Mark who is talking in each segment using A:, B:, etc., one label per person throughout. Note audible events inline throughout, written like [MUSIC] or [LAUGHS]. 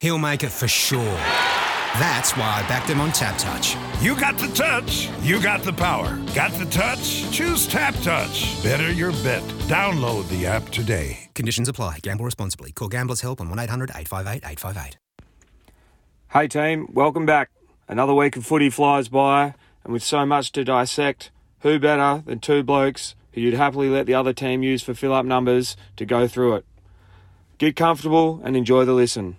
A: He'll make it for sure. That's why I backed him on Tap Touch.
B: You got the touch. You got the power. Got the touch? Choose Tap Touch. Better your bet. Download the app today.
A: Conditions apply. Gamble responsibly. Call Gamblers Help on 1800 858 858.
C: Hey team, welcome back. Another week of footy flies by, and with so much to dissect, who better than two blokes who you'd happily let the other team use for fill up numbers to go through it? Get comfortable and enjoy the listen.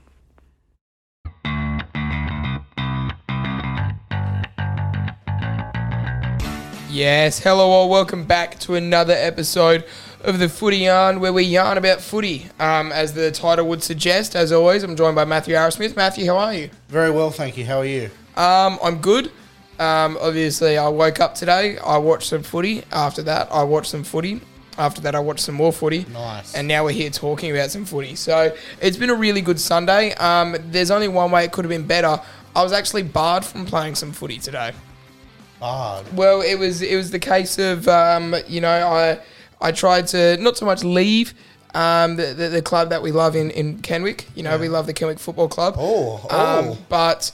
D: Yes, hello all. Welcome back to another episode of the Footy Yarn, where we yarn about footy. Um, as the title would suggest, as always, I'm joined by Matthew Arrowsmith. Matthew, how are you?
E: Very well, thank you. How are you?
D: Um, I'm good. Um, obviously, I woke up today. I watched some footy. After that, I watched some footy. After that, I watched some more footy.
E: Nice.
D: And now we're here talking about some footy. So it's been a really good Sunday. Um, there's only one way it could have been better. I was actually barred from playing some footy today.
E: Ah,
D: Well, it was it was the case of um, you know I I tried to not so much leave um, the, the the club that we love in in Kenwick. You know we love the Kenwick Football Club.
E: Oh,
D: Um,
E: oh.
D: but.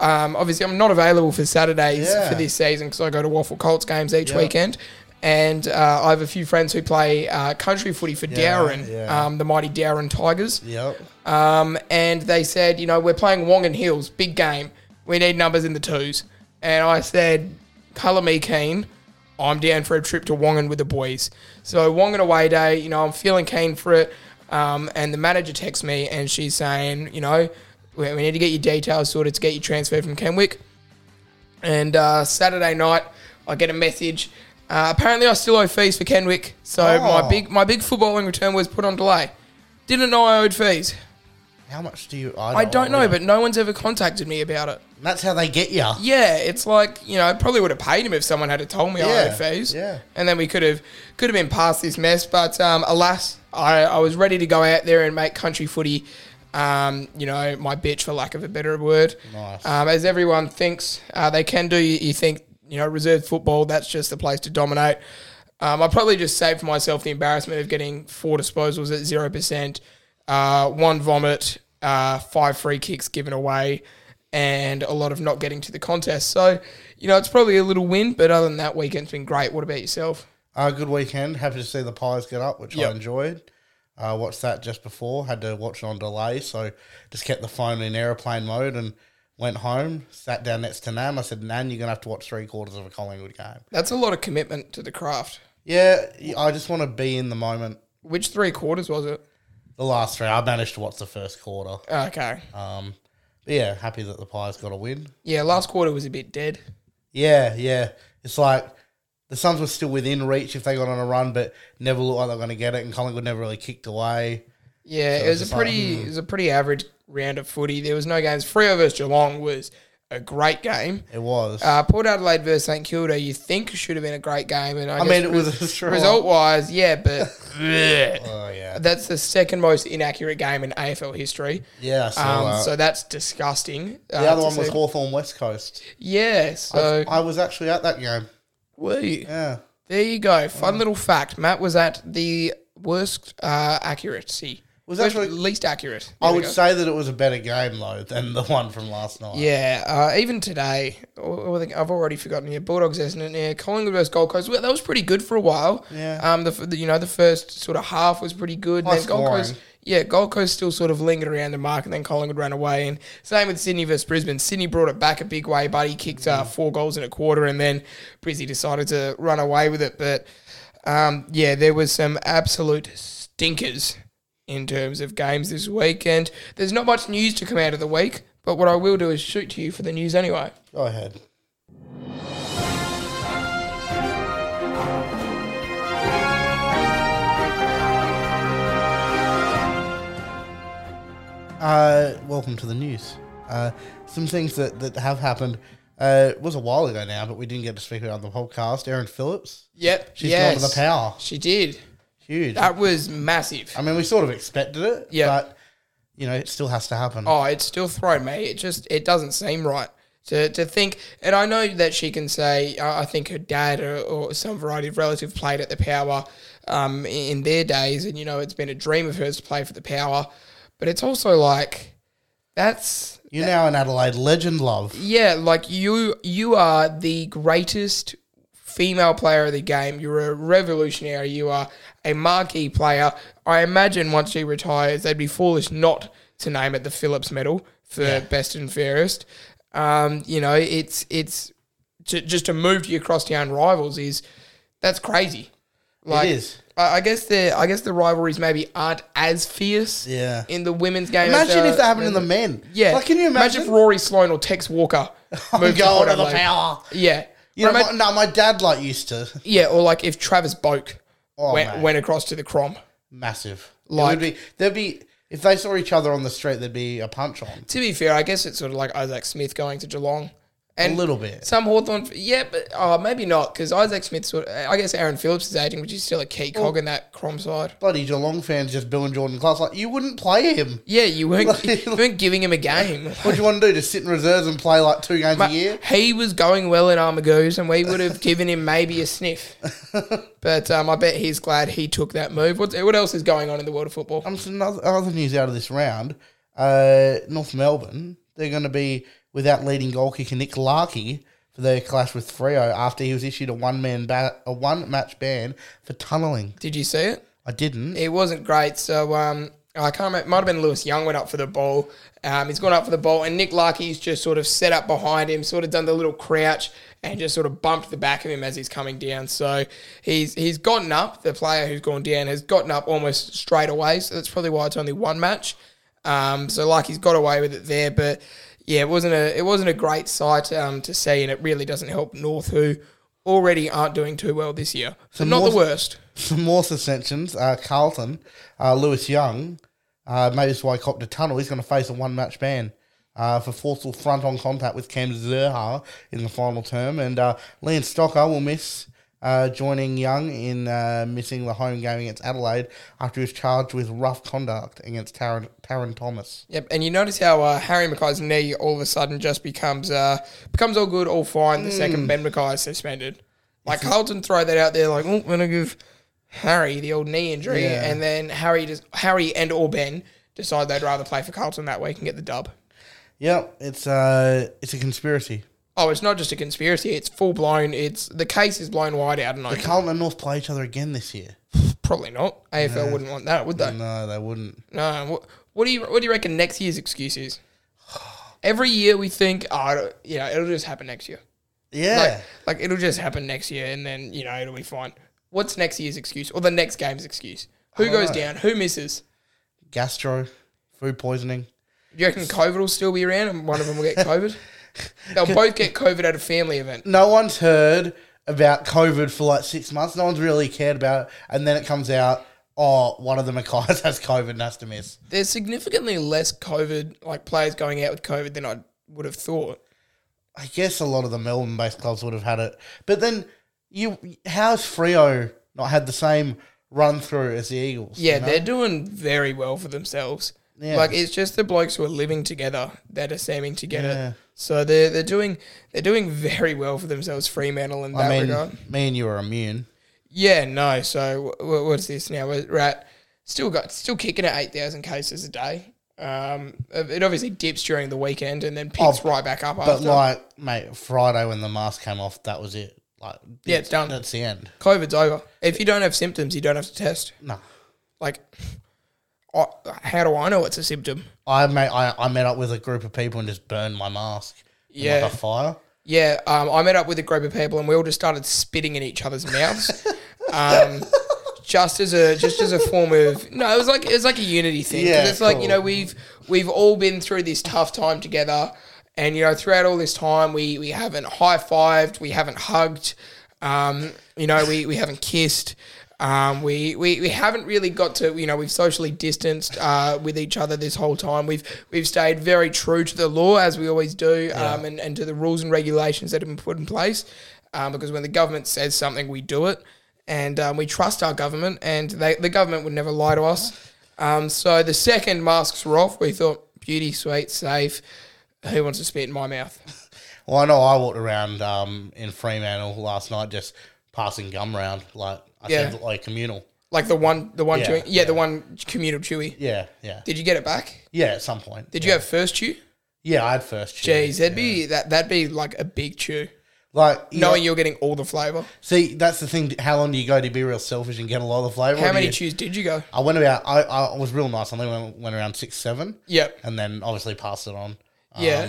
D: Um, obviously, I'm not available for Saturdays
E: Yeah.
D: for this season because I go to Waffle Colts games each
E: Yeah.
D: weekend, and uh, I have a few friends who play uh, country footy for
E: Yeah,
D: Dowran,
E: yeah.
D: um, the mighty Dowran Tigers.
E: yep.
D: Um, and they said, you know, we're playing Wong and Hills, big game. We need numbers in the twos. And I said, colour me keen. I'm down for a trip to Wongan with the boys. So Wongan away day, you know, I'm feeling keen for it. Um, and the manager texts me and she's saying, you know, we, we need to get your details sorted to get you transferred from Kenwick. And uh, Saturday night, I get a message. Uh, apparently, I still owe fees for Kenwick, so
E: Oh.
D: my big my big footballing return was put on delay. Didn't know I owed fees.
E: How much do you? I don't,
D: I don't know, but no one's ever contacted me about it.
E: that's how they get you.
D: Yeah, it's like you know, I probably would have paid him if someone had told me I
E: Yeah,
D: owed fees.
E: yeah.
D: and then we could have could have been past this mess. But um, alas, I, I was ready to go out there and make country footy. Um, you know, my bitch for lack of a better word.
E: Nice.
D: Um, as everyone thinks uh, they can do, you, you think you know reserve football. That's just the place to dominate. Um, I probably just saved myself the embarrassment of getting four disposals at zero percent, uh, one vomit, uh, five free kicks given away, and a lot of not getting to the contest. So, you know, it's probably a little win, but other than that, weekend's been great. What about yourself?
E: Uh, good weekend. Happy to see the Pies get up, which
D: Yep.
E: I enjoyed. Uh, watched that just before. Had to watch it on delay, so just kept the phone in airplane mode and went home. Sat down next to Nan. I said, Nan, you're gonna have to watch three quarters of a Collingwood game.
D: That's a lot of commitment to the craft.
E: Yeah, I just want to be in the moment.
D: Which three quarters was it? Uh,
E: The last three, I managed to watch the first quarter.
D: Okay.
E: Um, but yeah, happy that the Pies got a win.
D: Yeah, last quarter was a bit dead.
E: Yeah, yeah. It's like the Suns were still within reach if they got on a run, but never looked like they were going to get it, and Collingwood never really kicked away.
D: Yeah, it
E: it's
D: was a
E: just like, hmm.
D: pretty it was a pretty average round of footy. There was no games. Freo versus Geelong was a great game.
E: It was.
D: Uh, Port Adelaide versus St Kilda, you think should have been a great game, and I,
E: I
D: guess
E: mean, it was a [LAUGHS] strong
D: result wise, yeah, but
E: Oh [LAUGHS] yeah,
D: that's the second most inaccurate game in AFL history.
E: yeah. I saw
D: Um,
E: that.
D: so that's disgusting.
E: uh,
D: uh,
E: the other one was Hawthorn West Coast.
D: yeah. So
E: I was actually at that game.
D: were you?
E: Yeah, Uh-huh.
D: There you go. Fun little fact. Matt was at the worst uh, accuracy.
E: Was
D: Worst-
E: actually-
D: least accurate.
E: I
D: There we
E: would
D: go.
E: say that it was a better game though than the one from last night.
D: Yeah, uh, even today, oh, I think I've already forgotten here. Bulldogs, Essendon, yeah, Collingwood versus Gold Coast. Well, that was pretty good for a while.
E: Yeah.
D: Um, the, f- the you know the first sort of half was pretty good.
E: High
D: and then Gold
E: scoring.
D: Coast, yeah, Gold Coast still sort of lingered around the mark, and then Collingwood ran away. And same with Sydney versus Brisbane. Sydney brought it back a big way, but he kicked uh, four goals in a quarter, and then Brizzy decided to run away with it. But um, yeah, there was some absolute stinkers in terms of games this week, and there's not much news to come out of the week. But what I will do is shoot to you for the news anyway.
E: Go ahead. Uh, welcome to the news. Uh, some things that, that have happened. Uh, it was a while ago now, but we didn't get to speak about it on the podcast. Erin Phillips,
D: Yep,
E: she's
D: yes,
E: gone to the power.
D: She did.
E: Huge.
D: That was massive.
E: I mean, we sort of expected it,
D: Yeah.
E: but you know, it still has to happen.
D: Oh, it's still thrown me. It just it doesn't seem right to, to think. And I know that she can say, uh, I think her dad or, or some variety of relative played at the Power um, in their days, and you know it's been a dream of hers to play for the Power. But it's also like That's
E: You're now an Adelaide legend, love.
D: yeah, like you you are the greatest female player of the game. You're a revolutionary. You are a marquee player. I imagine once she retires, they'd be foolish not to name it the Phillips Medal for best and fairest. Um, you know, it's it's to, just to move to your crosstown rivals is that's crazy. Like,
E: is.
D: I I guess the I guess the rivalries maybe aren't as fierce
E: Yeah.
D: in the women's game. as
E: Imagine
D: they
E: if
D: are
E: that happened
D: in
E: in the men.
D: yeah.
E: Like, can you imagine?
D: if Rory Sloan or Tex
E: [LAUGHS]
D: Walker moved to Port
E: going to the
D: Adelaide.
E: power.
D: Yeah.
E: You know,
D: Or ima-
E: my, no, my dad like used to
D: yeah, or like if Travis Boak went,
E: Oh, mate.
D: went across to the Crom.
E: massive.
D: Like-
E: Like, would be, there'd be if they saw each other on the street, there'd be a punch on
D: To be fair, I guess it's sort of like Isaac Smith going to Geelong.
E: a
D: And
E: little bit.
D: Some Hawthorn, yeah, but oh, maybe not because Isaac Smith. Sort of, I guess Aaron Phillips is aging, which is still a key cog in that Crom side.
E: Bloody Geelong fans just booing Jordan Clark. Like, you wouldn't play him.
D: Yeah, you
E: [LAUGHS]
D: weren't,
E: Like-
D: you weren't giving him a game.
E: What do you want to do? Just sit in reserves and play like two games
D: But
E: a year?
D: He was going well in Armagoose, and we would have given him maybe a sniff. but um, I bet he's glad he took that move. What, what else is going on in the world of football?
E: Um, so another other news out of this round. Uh, North Melbourne, they're going to be without leading goal kicker Nick Larkey for their clash with Frio after he was issued a one man ba- a one match ban for tunnelling.
D: Did you see it?
E: I didn't.
D: It wasn't great. So um, I can't remember. It might have been Lewis Young went up for the ball. Um, he's gone up for the ball, and Nick Larkey's just sort of set up behind him, sort of done the little crouch, and just sort of bumped the back of him as he's coming down. So he's he's gotten up. The player who's gone down has gotten up almost straight away. So that's probably why it's only one match. Um, so Larkey's got away with it there, but yeah, it wasn't a it wasn't a great sight um, to see, and it really doesn't help North who. Already aren't doing too well this year. So not
E: North-
D: the worst.
E: Some more suspensions. Uh, Carlton, uh, Lewis Young, uh, maybe this is why he copped a tunnel. He's going to face a one match ban. Uh, for forceful front on contact with Cam Zerha in the final term. And uh, Leon Stocker will miss uh, joining Young in uh, missing the home game against Adelaide after he was charged with rough conduct against Taron, Taron Thomas.
D: Yep, and you notice how uh, Harry Mackay's knee all of a sudden just becomes uh, becomes all good, all fine. The
E: Mm.
D: second Ben Mackay is suspended, like Carlton throw that out there, like, oh, we're gonna give Harry the old knee injury,
E: Yeah.
D: and then Harry just Harry and or Ben decide they'd rather play for Carlton that week and get the dub.
E: Yep, it's, uh, it's a conspiracy.
D: Oh, it's not just a conspiracy; it's full blown. It's the case is blown wide out, and I
E: Carlton and North play each other again this year.
D: probably not. AFL wouldn't want that, would they?
E: No, they wouldn't.
D: No. What, what do you What do you reckon next year's excuse
E: [SIGHS]
D: is? Every year we think, oh, you know, it'll just happen next year.
E: Yeah.
D: Like, like it'll just happen next year, and then you know it'll be fine. What's next year's excuse or the next game's excuse? Who goes down? Who misses?
E: Gastro, food poisoning.
D: Do you reckon COVID will still be around, and one of them will get
E: [LAUGHS]
D: COVID? They'll both get COVID at a family event.
E: no one's heard about COVID for like six months. No one's really cared about it. And then it comes out, oh, one of the [LAUGHS] Mackays has COVID and has to miss.
D: There's significantly less COVID, like players going out with COVID, than I would have thought.
E: I guess a lot of the Melbourne based clubs would have had it. But then you how's Frio not had the same run through as the Eagles?
D: Yeah,
E: you know?
D: they're doing very well for themselves. Like it's just the blokes who are living together that are seeming to get
E: Yeah.
D: it. So they're they're doing they're doing very well for themselves, Fremantle in that
E: I mean,
D: regard.
E: me and you are immune.
D: Yeah, no. So wh- wh- what's this now? We're we're at still got still kicking at eight thousand cases a day. Um, it obviously dips during the weekend and then picks
E: Oh,
D: right back up
E: But
D: after.
E: like, mate, Friday when the mask came off, that was it. Like,
D: Yeah, it's done.
E: That's the end.
D: COVID's over. If you don't have symptoms, you don't have to test.
E: No.
D: Like, I, how do I know it's a symptom?
E: I, mate, I, I met up with a group of people and just burned my mask. in,
D: Yeah.
E: Like a fire.
D: Yeah, um, I met up with a group of people and we all just started spitting in each other's
E: [LAUGHS]
D: mouths. um, just as a just as a form of no, it was like it was like a unity thing. 'Cause
E: Yeah,
D: it's like you know
E: cool.
D: we've we've all been through this tough time together, and you know throughout all this time we we haven't high fived, we haven't hugged, um, you know we we haven't kissed. Um, we, we, we haven't really got to you know we've socially distanced uh, with each other this whole time we've we've stayed very true to the law as we always do um, and, and to the rules and regulations that have been put in place um, because when the government says something we do it and um, we trust our government, and they, the government would never lie to us. Um, so the second masks were off, we thought beauty, sweet, safe. Who wants to spit in my mouth?
E: Well, I know I walked around um, in Fremantle last night just passing gum around. Like I
D: Yeah.
E: said, like communal.
D: Like the one, the one
E: Yeah,
D: chewing, yeah, the one communal chewy.
E: Yeah, yeah,
D: Did you get it back?
E: yeah. At some point,
D: Did
E: yeah.
D: you have first chew?
E: Yeah, I had first. chew.
D: Jeez, that'd be that. That'd be like a big chew,
E: like you
D: knowing
E: know-
D: you're getting all the flavour.
E: See, that's the thing. How long do you go to be real selfish and get a lot of flavor?
D: How many
E: you,
D: chews did you go?
E: I went about. I, I was real nice. I think I went, went around six, seven,
D: Yep.
E: and then obviously passed it on. Um,
D: Yeah.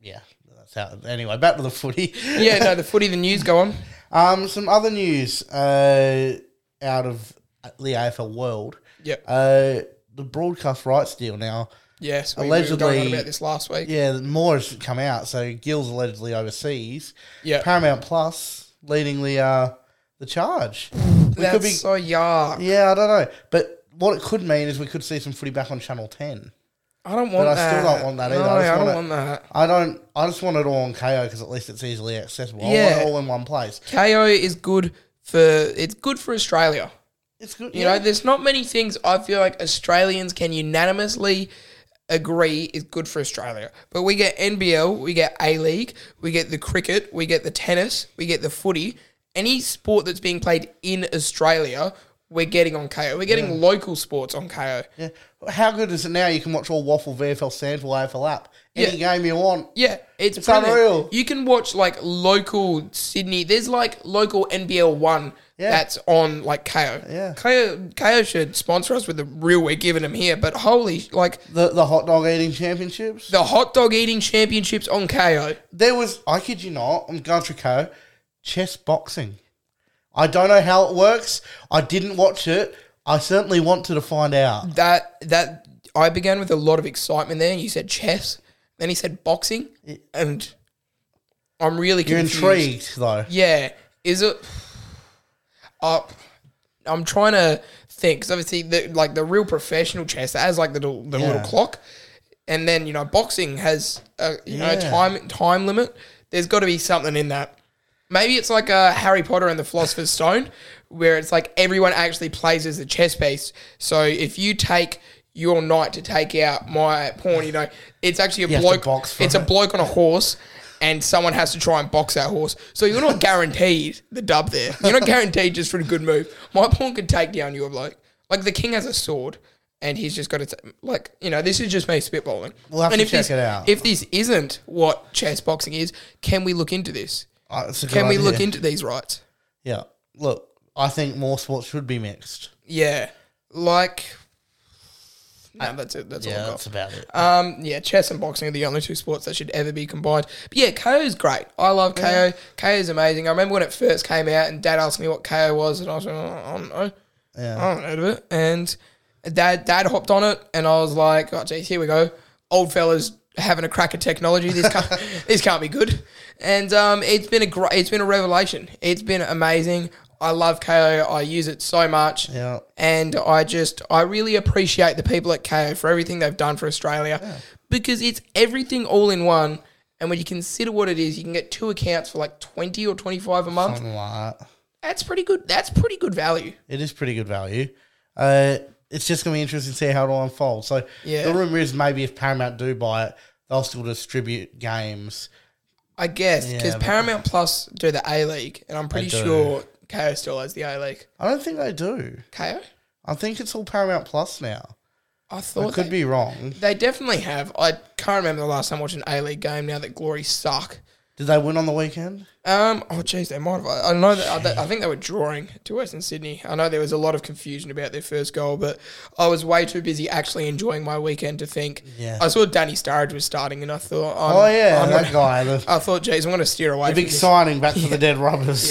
E: yeah. That's how. Anyway, back to the footy.
D: yeah, no, the footy, the news go on.
E: [LAUGHS] Um, some other news uh, out of the AFL world.
D: Yep.
E: Uh, the broadcast rights deal now.
D: yes, we, we were going on
E: allegedly-
D: about this last week.
E: Yeah, more has come out. So Gill's allegedly overseas.
D: Yeah.
E: Paramount Plus leading the uh, the charge. We
D: That's
E: could be,
D: so yark.
E: yeah, I don't know, but what it could mean is we could see some footy back on Channel Ten.
D: I don't want
E: I
D: that.
E: still don't want that either.
D: No,
E: I just
D: I, don't
E: want
D: want
E: it-
D: that.
E: I don't. I just want it all on KO because at least it's easily accessible. I
D: Yeah.
E: want it all in one place.
D: KO is good for it's good for Australia.
E: It's good.
D: You know, there's not many things I feel like Australians can unanimously agree is good for Australia. But we get NBL, we get A League, we get the cricket, we get the tennis, we get the footy. Any sport that's being played in Australia, we're getting on KO. We're getting local sports on KO.
E: Yeah. How good is it now? You can watch all Waffle VFL Sandville AFL app. Any game you want.
D: Yeah, it's,
E: It's
D: brilliant.
E: unreal.
D: You can watch like local Sydney. There's like local NBL one
E: Yeah.
D: that's on like KO.
E: Yeah.
D: KO KO should sponsor us with the real we're giving them here. But holy, sh- like
E: The the hot dog eating championships.
D: the hot dog eating championships on KO.
E: There was. I kid you not. I'm going through KO. Chess boxing. I don't know how it works. I didn't watch it. I certainly wanted to find out.
D: That that I began with a lot of excitement there. You said chess, then he said boxing, and I'm really
E: You're
D: confused.
E: intrigued though.
D: Yeah. Is it? Uh, I'm trying to think because obviously, the, like the real professional chess that has like the little, the little
E: Yeah.
D: clock, and then you know boxing has a you know
E: Yeah.
D: time time limit. There's got to be something in that. Maybe it's like uh, Harry Potter and the Philosopher's Stone, where it's like everyone actually plays as a chess piece. So if you take your knight to take out my pawn, you know, it's
E: [LAUGHS]
D: actually a
E: have to
D: bloke.
E: box for
D: it's a
E: it.
D: bloke on a horse, and someone has to try and box that horse. So you're not guaranteed the dub there. You're not guaranteed just for a good move. My pawn could take down your bloke. Like the king has a sword, and he's just got to t- like you know. This is just me spitballing.
E: We'll have
D: and
E: to
D: if
E: check
D: this,
E: it out.
D: If this isn't what chess boxing is, can we look into this?
E: Uh, it's a good
D: Can we look
E: idea.
D: into these rights?
E: Yeah. Look, I think more sports should be mixed.
D: Yeah, like. No, that's it. That's all
E: Yeah,
D: I've got.
E: that's about it.
D: Um, yeah, chess and boxing are the only two sports that should ever be combined. But yeah, KO is great. I love KO. KO is amazing. I remember when it first came out, and Dad asked me what KO was, and I was like, "Oh, I don't know, I haven't heard of it. And Dad, Dad hopped on it, and I was like, oh geez, here we go, old fellas having a crack at technology. This can't, [LAUGHS] this can't be good. And um, it's been a great, it's been a revelation. It's been amazing. I love KO. I use it so much
E: Yeah.
D: and I just I really appreciate the people at KO for everything they've done for Australia because it's everything all in one. And when you consider what it is, you can get two accounts for like twenty or twenty five a month.
E: Something like that.
D: That's pretty good. That's pretty good value.
E: It is pretty good value. Uh, it's just going to be interesting to see how it all unfolds. So
D: Yeah.
E: the rumor is maybe if Paramount do buy it, they'll still distribute games.
D: I guess
E: Yeah,
D: because
E: but-
D: Paramount Plus do the A League, and I'm pretty
E: do.
D: sure KO still has the A League.
E: I don't think they do.
D: KO,
E: I think it's all Paramount Plus now.
D: I thought
E: I could
D: they,
E: be wrong.
D: They definitely have. I can't remember the last time I watched an A League game. Now that Glory suck.
E: Did they win on the weekend?
D: Um. Oh, jeez, they might have. I I know that. I, th- I think they were drawing to Western Sydney. I know there was a lot of confusion about their first goal, but I was way too busy actually enjoying my weekend to think.
E: Yeah.
D: I saw Danny Sturridge was starting, and I thought, I'm,
E: Oh yeah,
D: I'm
E: that
D: gonna-
E: guy, the,
D: Um, [LAUGHS] I thought, jeez, I'm going to steer away.
E: the
D: from
E: big
D: this.
E: signing back to the dead rubbers.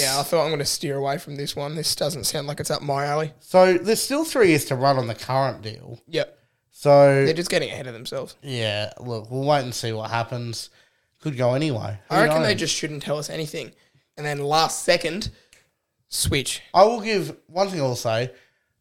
D: [LAUGHS] Yeah, I thought I'm going to steer away from this one. This doesn't sound like it's up my alley.
E: So there's still three years to run on the current deal.
D: Yep.
E: So
D: They're just getting ahead of themselves.
E: yeah, look, we'll wait and see what happens. Could go anyway. Who
D: I reckon they
E: knows?
D: just shouldn't tell us anything, and then last second, switch.
E: I will give one thing. I'll say,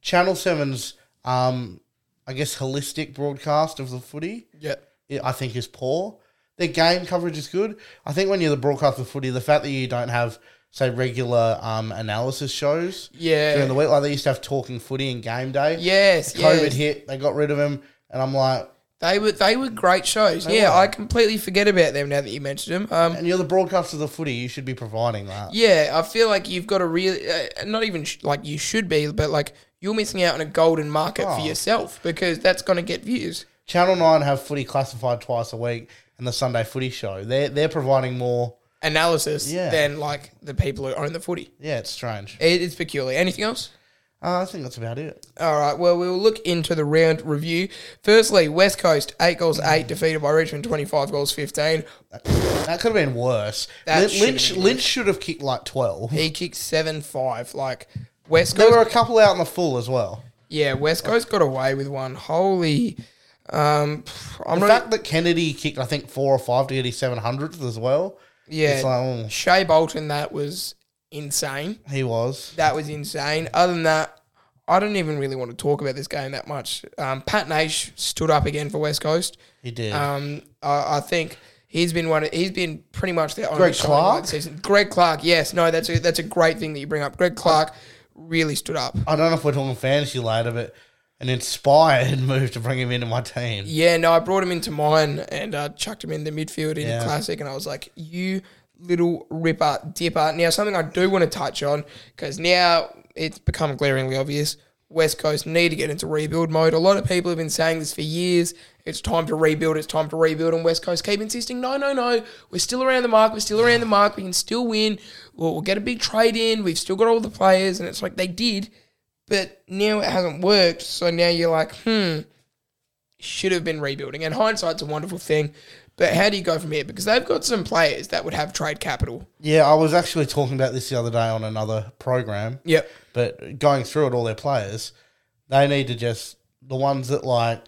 E: Channel 7's, um, I guess, holistic broadcast of the footy,
D: Yep.
E: i- I think, is poor. Their game coverage is good. I think when you're the broadcast of footy, the fact that you don't have, say, regular um, analysis shows
D: Yeah.
E: during the week, like they used to have talking footy and game day.
D: Yes.
E: COVID
D: yes.
E: hit, they got rid of them, and I'm like,
D: They were they were great shows. yeah, I completely forget about them now that you mentioned them. Um,
E: And you're the broadcaster of the footy. You should be providing that.
D: yeah, I feel like you've got a real uh, not even sh- like you should be, but like you're missing out on a golden market for yourself because that's going to get views.
E: Channel Nine have footy classified twice a week, and the Sunday Footy Show. They're they're providing more.
D: Analysis
E: Yeah.
D: than like the people who own the footy.
E: Yeah, it's strange.
D: It, it's peculiar. Anything else?
E: Uh, I think that's about it.
D: All right. Well, we will look into the round review. Firstly, West Coast eight goals to eight defeated by Richmond twenty five goals fifteen.
E: That could have been worse.
D: That
E: Lin-
D: should have
E: Lynch
D: been
E: Lynch should have kicked like twelve.
D: He kicked seven five. Like West
E: There
D: Coast,
E: were a couple out in the full as well.
D: yeah, West Coast got away with one. Holy, um, I'm
E: The
D: not.
E: fact that Kennedy kicked, I think, four or five to get his seven hundredth as well.
D: yeah,
E: it's like, oh.
D: Shea Bolton, that was insane.
E: He was.
D: That was insane. Other than that, I don't even really want to talk about this game that much. Um, Pat Nash stood up again for West Coast.
E: He did.
D: Um, I, I think he's been one. Of, he's been pretty much their only
E: Greg
D: shining light
E: Clark?
D: this season. Greg Clark, yes, no, that's a that's a great thing that you bring up. Greg Clark really stood up.
E: I don't know if we're talking fantasy later, but an inspired [LAUGHS] move to bring him into my team.
D: Yeah, no, I brought him into mine and uh, chucked him in the midfield in the
E: Yeah.
D: classic, and I was like, you little ripper dipper. Now, something I do want to touch on because now it's become glaringly obvious. West Coast need to get into rebuild mode. A lot of people have been saying this for years. It's time to rebuild. It's time to rebuild. And West Coast keep insisting, no, no, no. We're still around the mark. We're still around the mark. We can still win. We'll, we'll get a big trade in. We've still got all the players. And it's like they did, but now it hasn't worked. So now you're like, hmm, should have been rebuilding. And hindsight's a wonderful thing, but how do you go from here? Because they've got some players that would have trade capital.
E: Yeah, I was actually talking about this the other day on another program.
D: Yep.
E: But going through it, all their players, they need to just the ones that like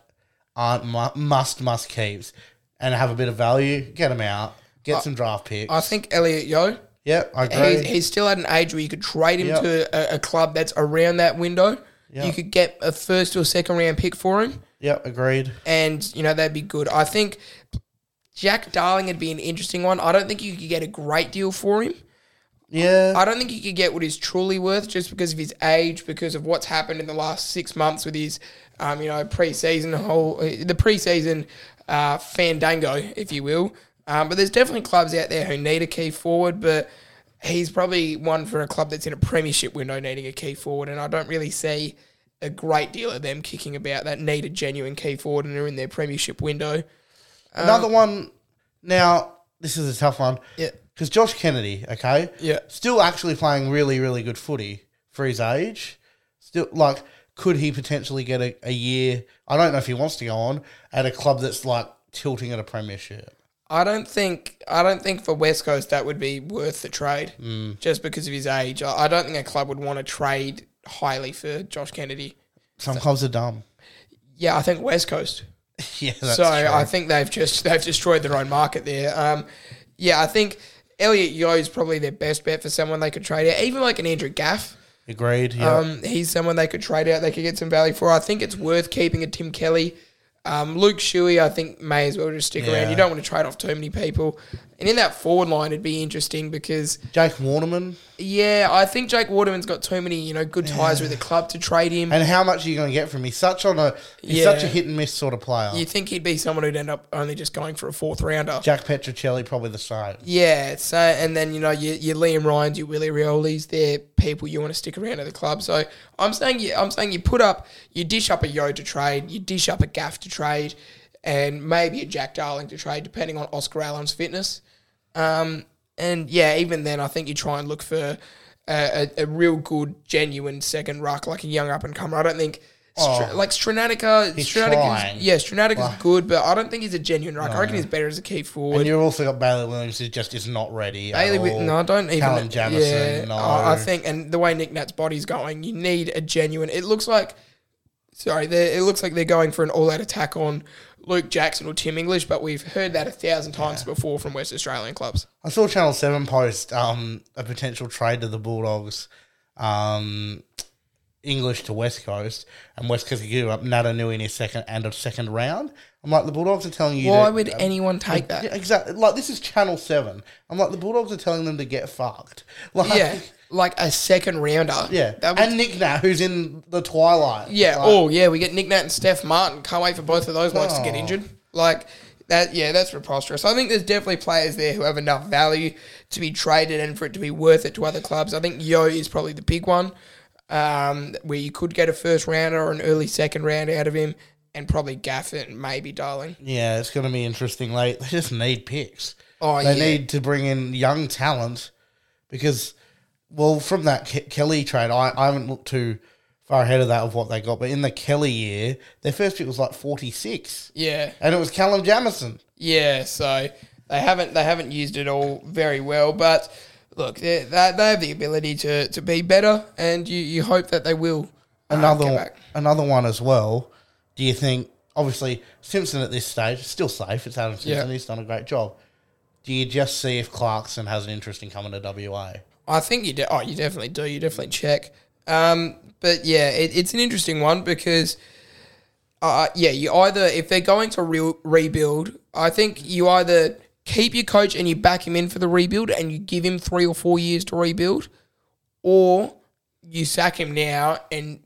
E: aren't mu- must must keeps and have a bit of value. Get them out. Get some draft picks.
D: I think Elliot Yo,
E: Yep, I
D: he's,
E: agree.
D: he's still at an age where you could trade him
E: Yep.
D: to a, a club that's around that window. You
E: Yep.
D: could get a first or second round pick for him,
E: Yep, agreed.
D: and you know that'd be good. I think Jack Darling would be an interesting one. I don't think you could get a great deal for him.
E: Yeah,
D: I don't think he could get what he's truly worth just because of his age, because of what's happened in the last six months with his, um, you know, preseason whole uh, the preseason uh, fandango, if you will. Um, but there's definitely clubs out there who need a key forward, but he's probably one for a club that's in a premiership window needing a key forward, and I don't really see a great deal of them kicking about that need a genuine key forward and are in their premiership window.
E: another one. Now this is a tough one.
D: Yeah.
E: because Josh Kennedy, okay,
D: Yeah.
E: still actually playing really really good footy for his age. Still, like, could he potentially get a, a year? I don't know if he wants to go on at a club that's like tilting at a premiership.
D: I don't think I don't think for West Coast that would be worth the trade
E: Mm.
D: just because of his age. I, I don't think a club would want to trade highly for Josh Kennedy.
E: Some clubs are dumb.
D: Yeah, I think West Coast.
E: [LAUGHS] Yeah, that's
D: so
E: true.
D: I think they've just they've destroyed their own market there. Um, yeah, I think Elliot Yo is probably their best bet for someone they could trade out. Even like an Andrew Gaff,
E: agreed. Yeah,
D: um, he's someone they could trade out. They could get some value for. I think it's worth keeping a Tim Kelly. Um, Luke Shuey, I think may as well just stick around.
E: Yeah.
D: You don't want to trade off too many people. And in that forward line, it'd be interesting because
E: Jake Warnerman.
D: yeah, I think Jake Waterman's got too many you know good ties with the club to trade him.
E: And how much are you going to get from him? He's such on a he's
D: Yeah.
E: such a hit and miss sort of player.
D: you think he'd be someone who'd end up only just going for a fourth rounder.
E: Jack Petricelli probably the same.
D: Yeah, so and then you know your, your Liam Ryan's, your Willie Rioli's, they're people you want to stick around at the club. So I'm saying you, I'm saying you put up, you dish up a Yo to trade, you dish up a Gaff to trade, and maybe a Jack Darling to trade, depending on Oscar Allen's fitness. Um, and yeah, even then, I think you try and look for a, a, a real good, genuine second ruck, like a young up and comer. I don't think. Str- like Stranatica,
E: Oh. He's
D: Stranatica's,
E: trying.
D: yeah, Stranatica's good, but I don't think he's a genuine ruck. I reckon he's better as a key forward.
E: And you've also got Bailey Williams who just is not ready.
D: Bailey
E: at
D: Wi-
E: all.
D: no, I don't even.
E: Callum Jamison,
D: yeah,
E: no.
D: I, I think, and the way Nick Nat's body's going, you need a genuine. It looks like, sorry, they- it looks like they're going for an all-out attack on Luke Jackson or Tim English, but we've heard that a thousand times before from West Australian clubs.
E: I saw Channel Seven post um, a potential trade to the Bulldogs, um, English to West Coast, and West Coast could give up Nata Nui in his second and a second round. I'm like, the Bulldogs are telling you.
D: Why
E: to-
D: would anyone take that?
E: Yeah, exactly. Like this is Channel Seven. I'm like, the Bulldogs are telling them to get fucked. [LAUGHS] Like,
D: Yeah. like a second rounder.
E: Yeah.
D: That would,
E: and Nick Nat, who's in the Twilight.
D: yeah.
E: Like,
D: oh, yeah. We get Nick Nat and Steph Martin. Can't wait for both of those blokes to get
E: Oh.
D: injured. Like that. Yeah, that's preposterous. I think there's definitely players there who have enough value to be traded and for it to be worth it to other clubs. I think Yo is probably the big one, um, where you could get a first rounder or an early second round out of him, and probably Gaffett and maybe Darling.
E: Yeah, it's going to be interesting late. They just need picks.
D: Oh,
E: they
D: yeah.
E: need to bring in young talent because, well, from that Ke- Kelly trade, I, I haven't looked too far ahead of that of what they got, but in the Kelly year, their first pick was like 46,
D: Yeah.
E: and it was Callum Jamison.
D: Yeah, so they haven't they haven't used it all very well, but look, they they, they have the ability to, to be better, and you, you hope that they will. uh,
E: Another
D: get
E: one,
D: back.
E: another one as well. Do you think? Obviously, Simpson at this stage is still safe. It's Adam Simpson.
D: Yeah.
E: He's done a great job. Do you just see if Clarkson has an interest in coming to WA?
D: I think you de- oh you definitely do you definitely check, um, but yeah, it, it's an interesting one because. Uh, yeah, you either if they're going to re- rebuild, I think you either keep your coach and you back him in for the rebuild and you give him three or four years to rebuild, or you sack him now and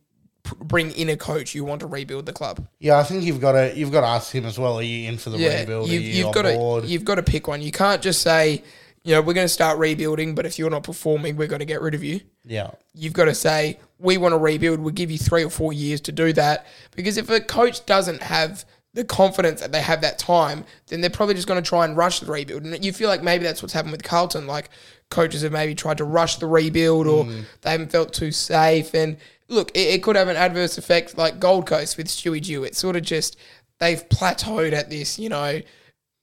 D: p- bring in a coach you want to rebuild the club.
E: Yeah, I think you've got to you've got to ask him as well. Are you in for the
D: yeah,
E: rebuild? Are
D: You've,
E: you
D: you've
E: on
D: got
E: board?
D: to you've got to pick one. You can't just say, you know, we're going to start rebuilding, but if you're not performing, we're going to get rid of you.
E: yeah,
D: You've got to say we want to rebuild. We'll give you three or four years to do that because if a coach doesn't have the confidence that they have that time, then they're probably just going to try and rush the rebuild. And you feel like maybe that's what's happened with Carlton. Like coaches have maybe tried to rush the rebuild or they haven't felt too safe. And look, it, it could have an adverse effect, like Gold Coast with Stewie Dew. It's sort of just they've plateaued at this, you know,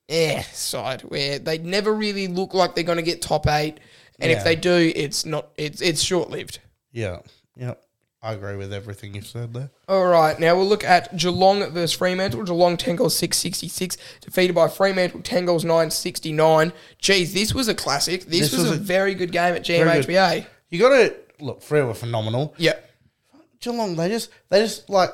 D: eh side where they never really look like they're going to get top eight. And
E: Yeah.
D: if they do, it's not it's it's short lived.
E: yeah, yeah. I agree with everything you said there.
D: All right, now we'll look at Geelong versus Fremantle. Geelong 10 goals 666, defeated by Fremantle 10 goals 969. Geez, this was a classic. This, was, a, very good game at
E: Very good.
D: GMHBA.
E: You got to look. Free were phenomenal.
D: Yeah.
E: Geelong, they just they just like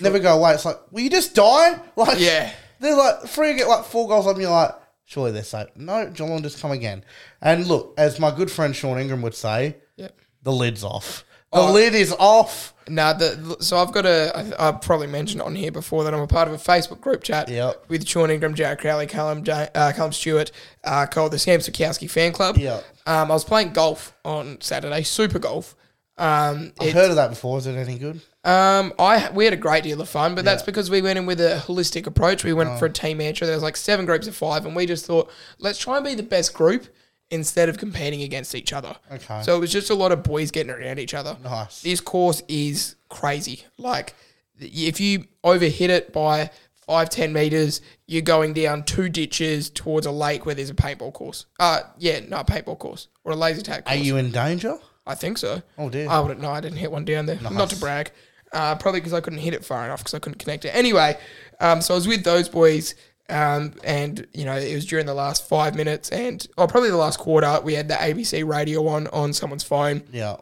E: never go away. It's like, will you just die? [LAUGHS] Like,
D: Yeah.
E: they're like free get like four goals up, and you're like, surely they're safe. No, Geelong just come again. And look, as my good friend Sean Ingram would say,
D: Yeah.
E: the lid's off. The
D: Oh.
E: lid is off.
D: Now, the, so I've got a. I, I probably mentioned on here before that I'm a part of a Facebook group chat
E: Yep.
D: with Sean Ingram, Jared Crowley, Callum, Ja- uh, Callum Stewart, uh, called the Sam Sikowski Fan Club.
E: Yep.
D: Um, I was playing golf on Saturday, super golf. Um,
E: I've
D: it-
E: heard of that before. Is it any good?
D: Um, I we had a great deal of fun, but that's because we went in with a holistic approach. We
E: Oh.
D: went for a team mantra. There was like seven groups of five, and we just thought, let's try and be the best group instead of competing against each other.
E: Okay.
D: So it was just a lot of boys getting around each other.
E: Nice.
D: This course is crazy. Like, if you overhit it by five ten meters, you're going down two ditches towards a lake where there's a paintball course. Uh, yeah, no, a paintball course or a laser tag.
E: Are
D: Course.
E: you in danger?
D: I think so.
E: Oh, dear.
D: I wouldn't. No, I didn't hit one down there. Not to brag. Uh, probably because I couldn't hit it far enough because I couldn't connect it. Anyway, um, so I was with those boys, um, and you know it was during the last five minutes, and or probably the last quarter. We had the ABC radio on on someone's phone,
E: Yeah.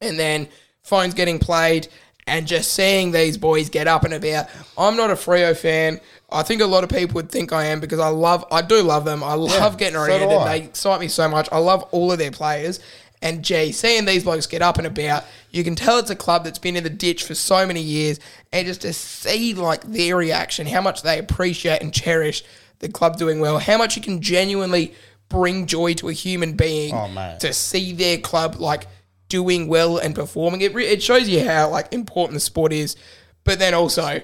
D: and then phones getting played, and just seeing these boys get up and about. I'm not a Frio fan. I think a lot of people would think I am because I love, I do love them. I love getting
E: so
D: around
E: do
D: them.
E: I.
D: They excite me so much. I love all of their players. And gee, seeing these blokes get up and about, you can tell it's a club that's been in the ditch for so many years. And just to see like their reaction, how much they appreciate and cherish the club doing well, how much you can genuinely bring joy to a human being
E: Oh, mate.
D: to see their club like doing well and performing. It, re- it shows you how like important the sport is, but then also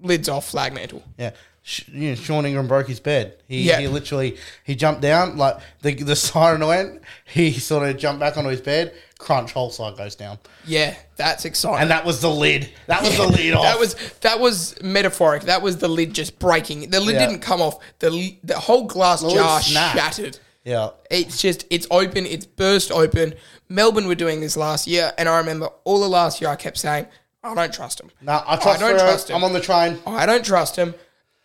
D: lids off flag mantle.
E: Yeah. Sh- You know, Sean Ingram broke his bed. He,
D: Yeah.
E: he literally he jumped down like the the siren went. He sort of jumped back onto his bed. Crunch, whole side goes down,
D: Yeah, that's exciting.
E: and that was the lid. That was the lid off.
D: [LAUGHS] That was that was metaphoric. That was the lid just breaking. The lid
E: Yeah.
D: didn't come off. The li- the whole glass
E: lid
D: jar
E: snapped.
D: shattered.
E: yeah.
D: It's just it's open. It's burst open. Melbourne were doing this last year, and I remember all the last year I kept saying, "I don't trust them.
E: Nah, I trust.
D: I don't
E: Ferrer.
D: trust him.
E: I'm on the train.
D: I don't trust him.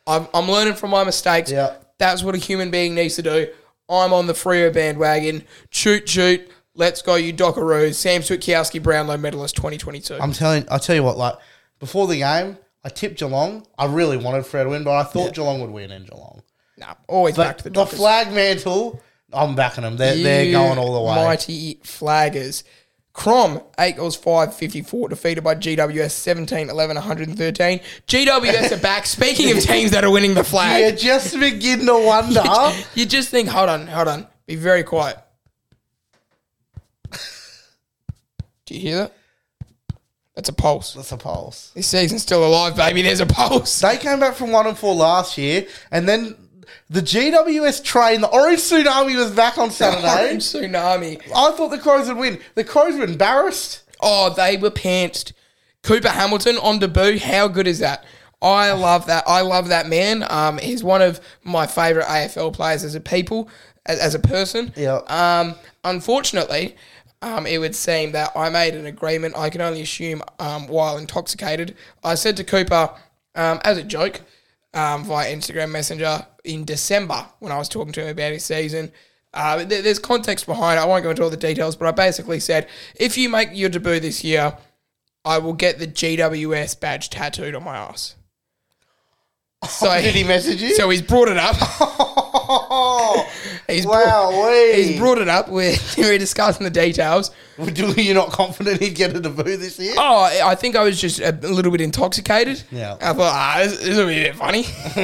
D: I'm, I'm learning from my mistakes.
E: Yeah.
D: That's what a human being needs to do. I'm on the Frio bandwagon. Shoot, shoot. Let's go, you Dockeroos. Sam Switkowski, Brownlow medalist 2022.
E: I'm telling. I tell you what. Like before the game, I tipped Geelong. I really wanted Fred to win, but I thought Geelong would win in Geelong.
D: nah, always back
E: But
D: to the
E: the
D: Dockers.
E: flag mantle I'm backing them. They're, they're
D: You
E: going all the way.
D: Mighty flaggers. Crom, 8 goals, 5, 54, defeated by GWS, 17, 11, 113. GWS are back. Speaking of teams that are winning the flag,
E: You just begin to wonder.
D: [LAUGHS] you just think, hold on, hold on. Be very quiet. Do you hear that? That's a pulse.
E: That's a pulse.
D: This season's still alive, baby. There's a pulse.
E: They came back from one and four last year, and then the GWS train, the Orange Tsunami, was back on Saturday.
D: Orange tsunami.
E: I thought the Crows would win. The Crows were embarrassed.
D: Oh, they were pantsed. Cooper Hamilton on debut. How good is that? I love that. I love that man. Um, he's one of my favorite AFL players as a people, as, as a person.
E: Yeah.
D: Um, unfortunately, um, it would seem that I made an agreement. I can only assume um, while intoxicated. I said to Cooper, um, as a joke, um, via Instagram Messenger in December when I was talking to him about his season. Uh, there- there's context behind. it. I won't go into all the details, but I basically said, if you make your debut this year, I will get the GWS badge tattooed on my ass. So
E: [LAUGHS] Did he message you? [LAUGHS]
D: So he's brought it up.
E: oh,
D: He's brought-
E: wow,
D: He's brought it up. We're, [LAUGHS] we're discussing the details.
E: You're not confident he'd get a debut this year?
D: Oh, I I think I was just a little bit intoxicated.
E: Yeah.
D: I thought, ah, this, this will be a bit
E: [LAUGHS]
D: funny. [LAUGHS]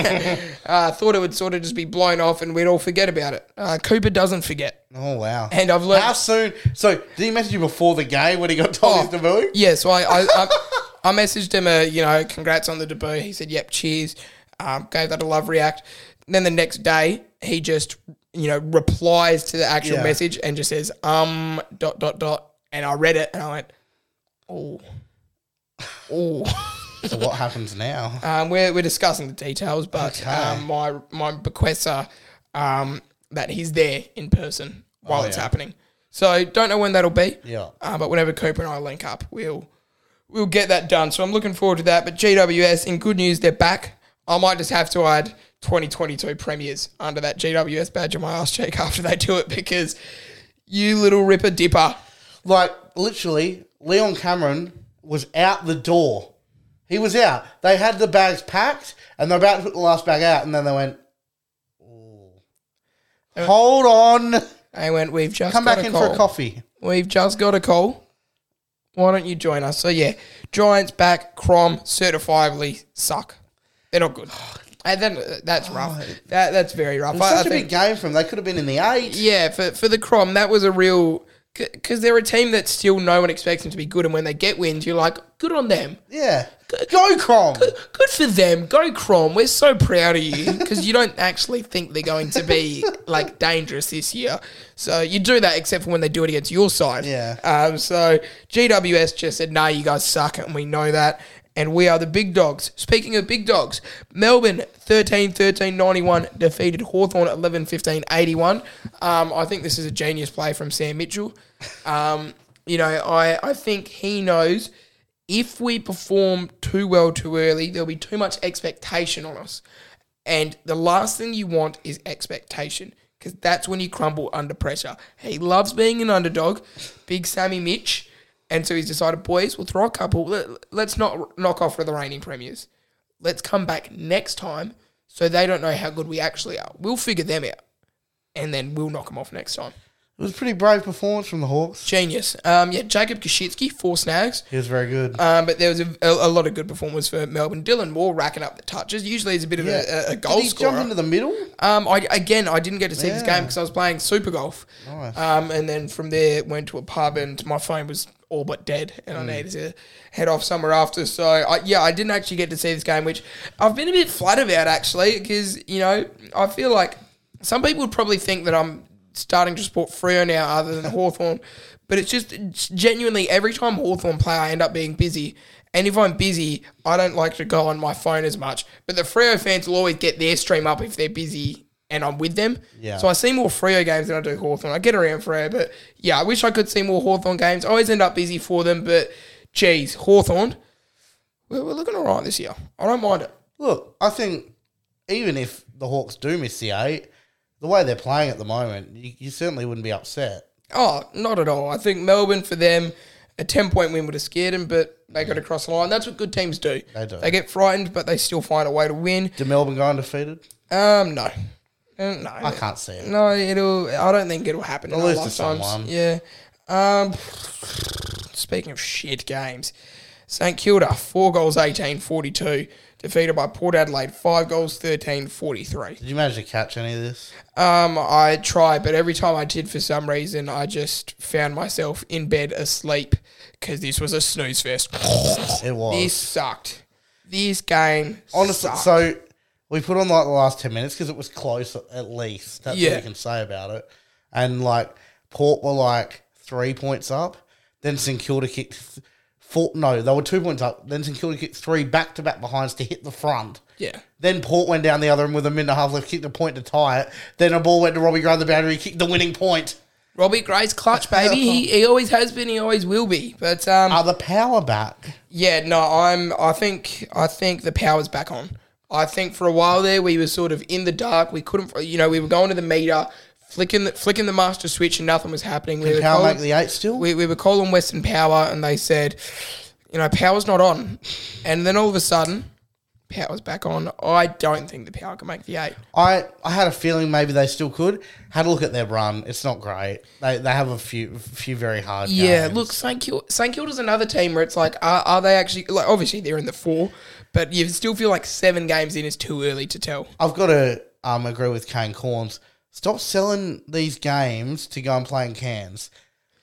D: I thought it would sort of just be blown off and we'd all forget about it. Uh, Cooper doesn't forget.
E: Oh, wow.
D: And I've learned- Oh,
E: How soon? So, did he message you before the game when he got told his debut?
D: Yeah, so I, I, I, I messaged him, a, you know, congrats on the debut. He said, yep, cheers. Um, gave that a love react. And then the next day, he just, you know, replies to the actual
E: Yeah.
D: message and just says, um, dot, dot, dot. And I read it and I went, oh, oh.
E: So, what happens now?
D: Um, we're, we're discussing the details, but
E: Okay.
D: um, my my bequests are um, that he's there in person while it's
E: Oh, yeah.
D: happening. So don't know when that'll be.
E: Yeah.
D: Uh, but whenever Cooper and I link up, we'll we'll get that done. So I'm looking forward to that. But GWS, in good news, they're back. I might just have to add 2022 premiers under that GWS badge on my ass cheek [LAUGHS] after they do it because you little ripper dipper.
E: Like, literally, Leon Cameron was out the door. He was out. They had the bags packed, and they're about to put the last bag out, and then they went, Ooh. Hold on.
D: I went, we've just
E: Come
D: got
E: back
D: a
E: in for a
D: call."
E: coffee.
D: We've just got a call. Why don't you join us? So yeah, Giants back, Crom certifiably suck. They're not
E: [SIGHS]
D: good. And then uh, that's rough. That that's very rough. I, I
E: Oh. Such a
D: think
E: big game for them. They could have been in the eight.
D: yeah, for for the Crom that was a real because they're a team that still no one expects them to be good, and when they get wins, you're like, good on them,
E: Yeah. Go, Crom.
D: good for them, go Crom. We're so proud of you because you don't actually think they're going to be like dangerous this year. So you do that except for when they do it against your side.
E: Yeah.
D: Um, so GWS just said, nah, you guys suck, and we know that. And we are the big dogs. Speaking of big dogs, Melbourne 13 13 91 defeated Hawthorn 11 15 81. Um, I think this is a genius play from Sam Mitchell. Um, you know, I, I think he knows if we perform too well too early, there'll be too much expectation on us. And the last thing you want is expectation because that's when you crumble under pressure. He loves being an underdog, big Sammy Mitch. And so he's decided, boys, we'll throw a couple. Let- Let's not knock off for the reigning premiers. Let's come back next time so they don't know how good we actually are. We'll figure them out and then we'll knock them off next time.
E: It was a pretty brave performance from the Hawks.
D: Genius. Um, yeah, Jacob Koshitsky, four snags.
E: He was very good.
D: Um, but there was a, a, a lot of good performers for Melbourne. Dylan Moore racking up the touches. Usually he's a bit of a, a, a goal
E: Did he
D: scorer.
E: jump into the middle?
D: um, I, again, I didn't get to see this
E: Yeah.
D: game because I was playing Super Golf.
E: Nice.
D: Um, and then from there went to a pub and my phone was all but dead and
E: Hmm.
D: I needed to head off somewhere after. So I, yeah, I didn't actually get to see this game, which I've been a bit flat about actually because you know I feel like some people would probably think that I'm starting to support Freo now other than Hawthorn, but it's just it's genuinely every time Hawthorn play I end up being busy. And if I'm busy, I don't like to go on my phone as much. But the Freo fans will always get their stream up if they're busy and I'm with them.
E: Yeah.
D: So I see more Freo games than I do Hawthorn. I get around Freo, but yeah, I wish I could see more Hawthorn games. I always end up busy for them, but geez, Hawthorn, we're, we're looking all right this year. I don't mind it.
E: Look, I think even if the Hawks do miss the eight, the way they're playing at the moment, you, you certainly wouldn't be upset.
D: Oh, not at all. I think Melbourne for them, a ten point win would have scared them, but they got across the line. That's what good teams do.
E: They do.
D: They get frightened, but they still find a way to win.
E: Did Melbourne go undefeated?
D: Um, no, Uh, No,
E: I can't see it.
D: No, it'll. I don't think it'll happen. in
E: They'll
D: our
E: lose to
D: lifetimes.
E: someone.
D: Yeah. Um. Speaking of shit games, St Kilda four goals 18 42, defeated by Port Adelaide five goals 13 43.
E: Did you manage to catch any of this?
D: Um, I tried, but every time I did, for some reason, I just found myself in bed asleep because this was a snooze fest.
E: It was.
D: This sucked. This game
E: Honestly,
D: sucked.
E: so we put on like the last 10 minutes because it was close at- at least. That's
D: Yeah.
E: what you can say about it. And like Port were like three points up. Then St Kilda kicked th- four. No, they were two points up. Then St Kilda kicked three back to back behinds to hit the front.
D: yeah.
E: Then Port went down the other end with a minute and a half left, kicked a point to tie it. Then a ball went to Robbie Gray on the boundary, kicked the winning point.
D: Robbie Gray's clutch, baby. He, he always has been. He always will be. But um,
E: Are the power back?
D: yeah, no, I'm. I think I think the power's back on. I think for a while there we were sort of in the dark. We couldn't, you know, we were going to the meter, flicking the flicking the master switch, and nothing was happening. We were
E: Power
D: calling-
E: make the eight still?
D: we, we were calling Western Power and they said, you know, power's not on. And then all of a sudden, power's back on. I don't think the power can make the eight.
E: I, I had a feeling maybe they still could. Had a look at their run. It's not great. They, they have a few few very hard.
D: Yeah,
E: games.
D: look, St. Kilda, St. Kilda's another team where it's like, are, are they actually, like, obviously they're in the four, but you still feel like seven games in is too early to tell.
E: I've got to um, agree with Kane Corns. Stop selling these games to go and play in cans.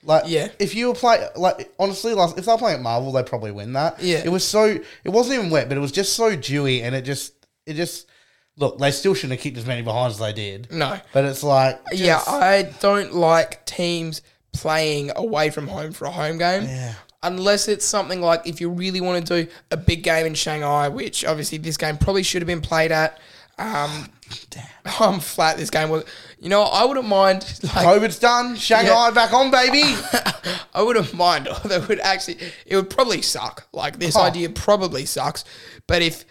E: Like,
D: Yeah.
E: if you were play like honestly, last if they're playing at Marvel, they probably win that.
D: Yeah.
E: it was so it wasn't even wet, but it was just so dewy, and it just it just look they still shouldn't have kicked as many behind as they did.
D: No.
E: but it's like
D: Yeah,
E: just-
D: I don't like teams playing away from home for a home game. Yeah. Unless it's something like if you really want to do a big game in Shanghai, which obviously this game probably should have been played at. Um, [LAUGHS] I'm flat. This game was, you know, I wouldn't mind. Like,
E: COVID's done. Shanghai back on, baby.
D: I wouldn't mind. Although it would actually, it would probably suck. Like this idea probably sucks. But if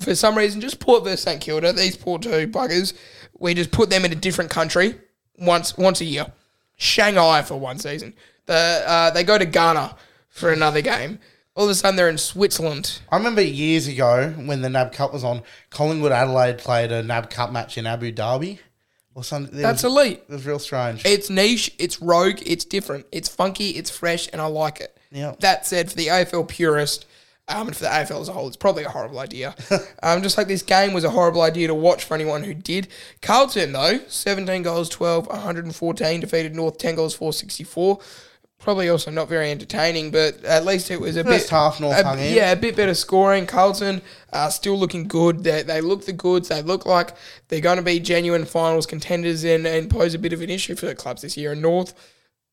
D: for some reason just Port versus St Kilda, these poor two buggers, we just put them in a different country once once a year. Shanghai for one season. The uh, they go to Ghana for another game. All of a sudden they're in Switzerland.
E: I remember years ago when the NAB Cup was on, Collingwood Adelaide played a NAB Cup match in Abu Dhabi or something. It
D: That's
E: was,
D: elite.
E: it was real strange.
D: It's niche, it's rogue, it's different, it's funky, it's fresh, and I like it.
E: Yep.
D: That said, for the AFL purist, um, and for the AFL as a whole, it's probably a horrible idea. um, just like this game was a horrible idea to watch for anyone who did. Carlton, though, 17 goals, 12, 114, defeated North 10 goals, 464. Probably also not very entertaining, but at least it was a
E: First
D: bit
E: half, North
D: a-
E: hung in.
D: Yeah, a bit better scoring. Carlton uh, still looking good. They, they look the goods. They look like they're going to be genuine finals contenders and, and pose a bit of an issue for the clubs this year. And North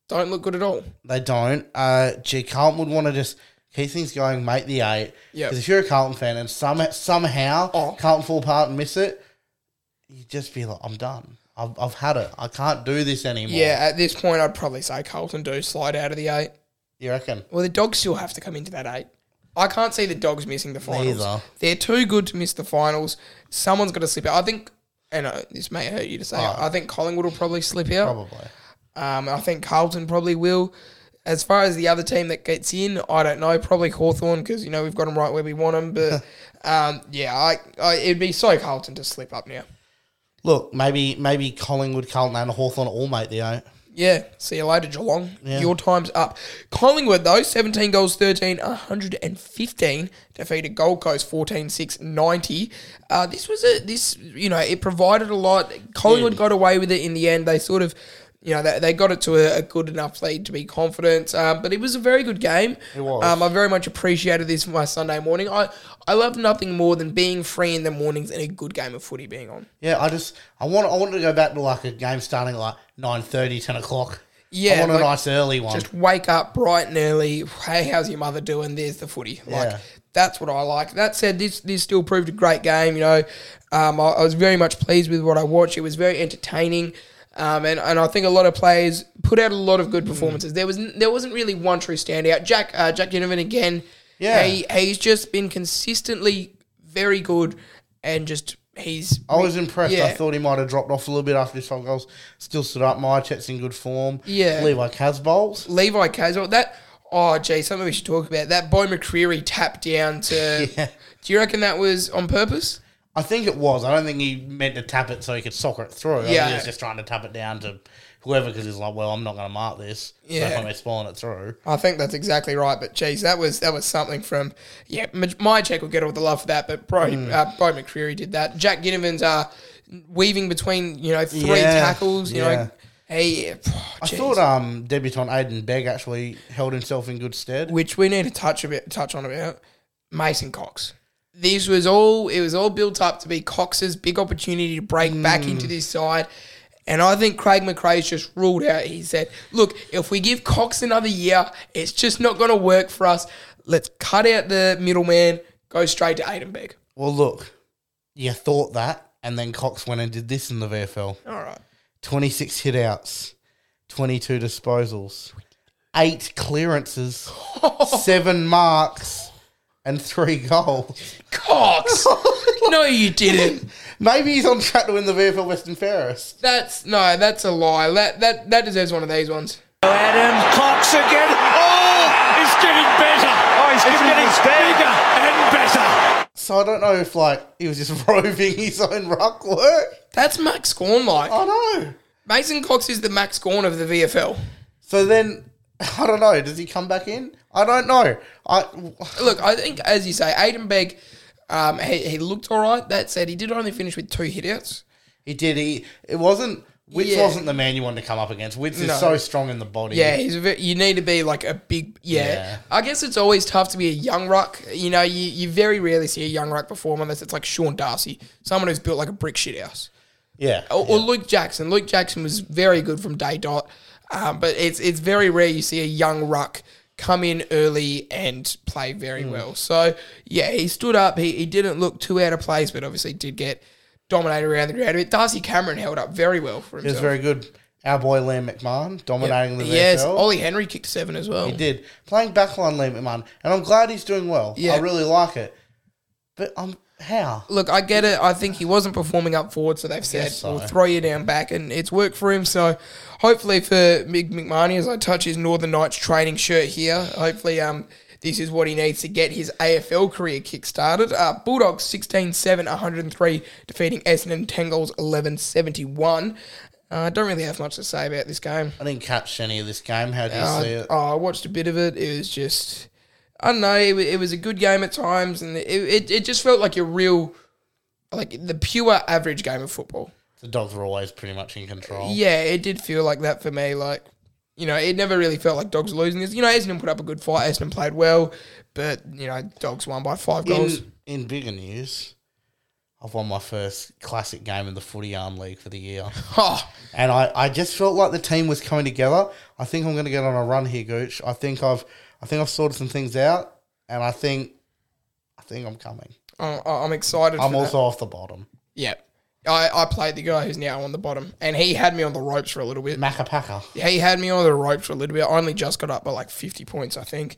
D: don't look good at all.
E: They don't. Uh, gee, Carlton would want to just keep things going, make the eight.
D: Yep.
E: Because if you're a Carlton fan and some, somehow
D: Oh.
E: Carlton fall apart and miss it, you just be like, I'm done. I've, I've had it. I can't do this anymore.
D: Yeah, at this point, I'd probably say Carlton do slide out of the eight.
E: You reckon?
D: Well, the dogs still have to come into that eight. I can't see the dogs missing the finals.
E: Neither.
D: They're too good to miss the finals. Someone's got to slip out. I think, and uh, this may hurt you to say,
E: Oh.
D: I think Collingwood will probably slip out.
E: Probably.
D: Um, I think Carlton probably will. As far as the other team that gets in, I don't know. Probably Hawthorn because you know we've got them right where we want them. But um, yeah, I, I it'd be so Carlton to slip up now.
E: Look, maybe maybe Collingwood, Carlton, and Hawthorn all make the eight.
D: Yeah, see you later, Geelong. Your time's up. Collingwood though, seventeen goals, 13, 115, defeated Gold Coast 14-6, 90. Uh, this was a this you know it provided a lot. Collingwood got away with it in the end. They sort of. You know, they, they got it to a, a good enough lead to be confident, um, but it was a very good game. It
E: was.
D: Um, I very much appreciated this for my Sunday morning. I, I love nothing more than being free in the mornings and a good game of footy being on.
E: Yeah, I just I want I want to go back to like a game starting at like 9.30, 10 o'clock.
D: Yeah,
E: I want a
D: like-
E: nice early one.
D: just wake up bright and early. Hey, how's your mother doing? There's the footy. Like
E: Yeah.
D: that's what I like. That said, this this still proved a great game. You know, um, I, I was very much pleased with what I watched. It was very entertaining. Um, and, and I think a lot of players put out a lot of
E: Mm.
D: good performances. There was n- there wasn't really one true standout. Jack uh, Jack Donovan again.
E: Yeah.
D: he, he's just been consistently very good, and just he's.
E: I was impressed. I
D: Yeah.
E: thought he might have dropped off a little bit after his five goals. Still stood up. Mychet's in good form.
D: Yeah.
E: Levi Casbolt.
D: Levi Caswell, that oh gee, something we
E: [LAUGHS]
D: should talk about. That Bo McCreary tap down to. Do you reckon that was on purpose?
E: I think it was. I don't think he meant to tap it so he could soccer it through. I think
D: Yeah.
E: he was just trying to tap it down to whoever because he's like, well, I'm not going to mark this. Yeah.
D: Yeah.
E: So I'm spawning it through.
D: I think that's exactly right. But geez, that was that was something from yeah. My check will get all the love for that, but bro,
E: Mm.
D: uh, Bo McCreary did that. Jack Ginnivan's uh, weaving between you know three
E: Yeah,
D: tackles. You
E: yeah.
D: know, hey, oh,
E: I
D: geez.
E: thought um, debutant Aiden Begg actually held himself in good stead.
D: which we need to touch a bit, touch on about Mason Cox. This was all it was all built up to be Cox's big opportunity to break back into this side. And I think Craig McRae's just ruled out. He said, "Look, if we give Cox another year, it's just not going to work for us. Let's cut out the middleman, go straight to Aidenberg."
E: well, look, you thought that, and then Cox went and did this in the VFL.
D: All right.
E: 26 hit outs, 22 disposals, eight
D: [LAUGHS]
E: clearances, seven marks, and three
D: [LAUGHS]
E: goals.
D: Cox, no, you didn't.
E: Maybe he's on track to win the VFL Western Ferris.
D: That's no, that's a lie. That that that deserves one of these ones.
F: Adam Cox again. Oh, it's getting better. Oh, he's getting bigger and better.
E: So I don't know if like he was just [LAUGHS] roving his own ruck work.
D: That's Max Gorn like.
E: I don't know.
D: Mason Cox is the Max Gorn of the VFL.
E: So then [LAUGHS] I don't know. Does he come back in? I don't know. I [SIGHS]
D: Look, I think as you say, Aiden Beg, um, he, he looked all right. That said, he did only finish with two hitouts.
E: he did. He it wasn't. Witz
D: Yeah.
E: wasn't the man you wanted to come up against. Witz
D: No.
E: is so strong in the body.
D: Yeah, he's a ve- you need to be like a big yeah.
E: Yeah.
D: I guess it's always tough to be a young ruck. You know, you, you very rarely see a young ruck perform unless it's like Sean Darcy, someone who's built like a brick shit house,
E: yeah.
D: Oh, or, or Luke Jackson. Luke Jackson was very good from day dot, um, but it's it's very rare you see a young ruck come in early and play
E: Hmm.
D: very well. So yeah, he stood up. He, he didn't look too out of place, but obviously did get dominated around the ground. But Darcy Cameron held up very well for
E: It was
D: himself.
E: very good. Our boy Liam McMahon dominating the
D: yes, Oh,
E: VFL.
D: Ollie Henry kicked seven as well.
E: He did. Playing backline Liam McMahon. And I'm glad he's doing well.
D: Yeah.
E: I really like it. But um how?
D: Look, I get it. I think he wasn't performing up forward, so they've said
E: Guess so.
D: we'll throw you down back, and it's worked for him. So, hopefully, for Mick McMahon, as I touch his Northern Knights training shirt here, hopefully, um, this is what he needs to get his AFL career kickstarted. Uh, Bulldogs 16-7, 103, defeating Essendon Tangles 11-71. Uh, I don't really have much to say about this game.
E: I didn't catch any of this game. How do you see
D: I,
E: it?
D: oh, I watched a bit of it. It was just, I don't know. It, wa- it was a good game at times, and it, it, it just felt like a real, like the pure average game of football.
E: The dogs were always pretty much in control.
D: Yeah, it did feel like that for me. Like, you know, it never really felt like dogs losing this. You know, Essendon put up a good fight. Essendon played well, but you know, dogs won by five goals. [LAUGHS]
E: In, in bigger news, I've won my first classic game in the footy arm league for
D: [LAUGHS]
E: the year.
D: Oh,
E: And I, I just felt like the team was coming together. I think I'm gonna get on a run here, Gooch. I think I've I think I've sorted some things out and I think I think I'm coming.
D: I- I- I'm excited. for
E: I'm
D: that.
E: also off the bottom.
D: yeah. I, I played the guy who's now on the bottom, and he had me on the ropes for a little bit.
E: Macapaca.
D: he had me on the ropes for a little bit. I only just got up by like 50 points, I think.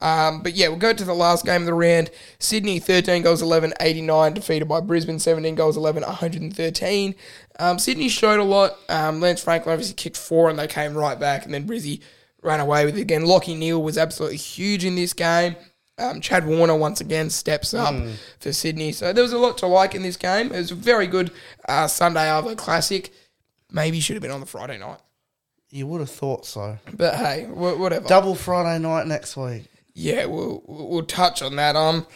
D: Um, but yeah, we'll go to the last game of the round. Sydney 13 goals 11, 89, defeated by Brisbane 17 goals 11, 113. Um, Sydney showed a lot. Um, Lance Franklin obviously kicked four and they came right back, and then Brizzy ran away with it again. Lockie Neal was absolutely huge in this game. Um, Chad Warner once again steps up for Sydney. So there was a lot to like in this game. It was a very good uh, Sunday Arvo Classic. Maybe should have been on the Friday night.
E: You would have thought so.
D: But hey, wha- whatever.
E: Double Friday night next week.
D: yeah, we'll we'll we'll touch on that. Um,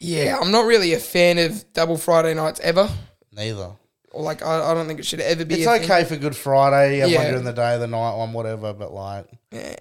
D: yeah, I'm not really a fan of double Friday nights ever.
E: Neither.
D: Or like, I, I don't think it should ever be.
E: It's
D: a thing.
E: okay for Good Friday, have
D: Yeah.
E: one during the day, the night one, whatever, but like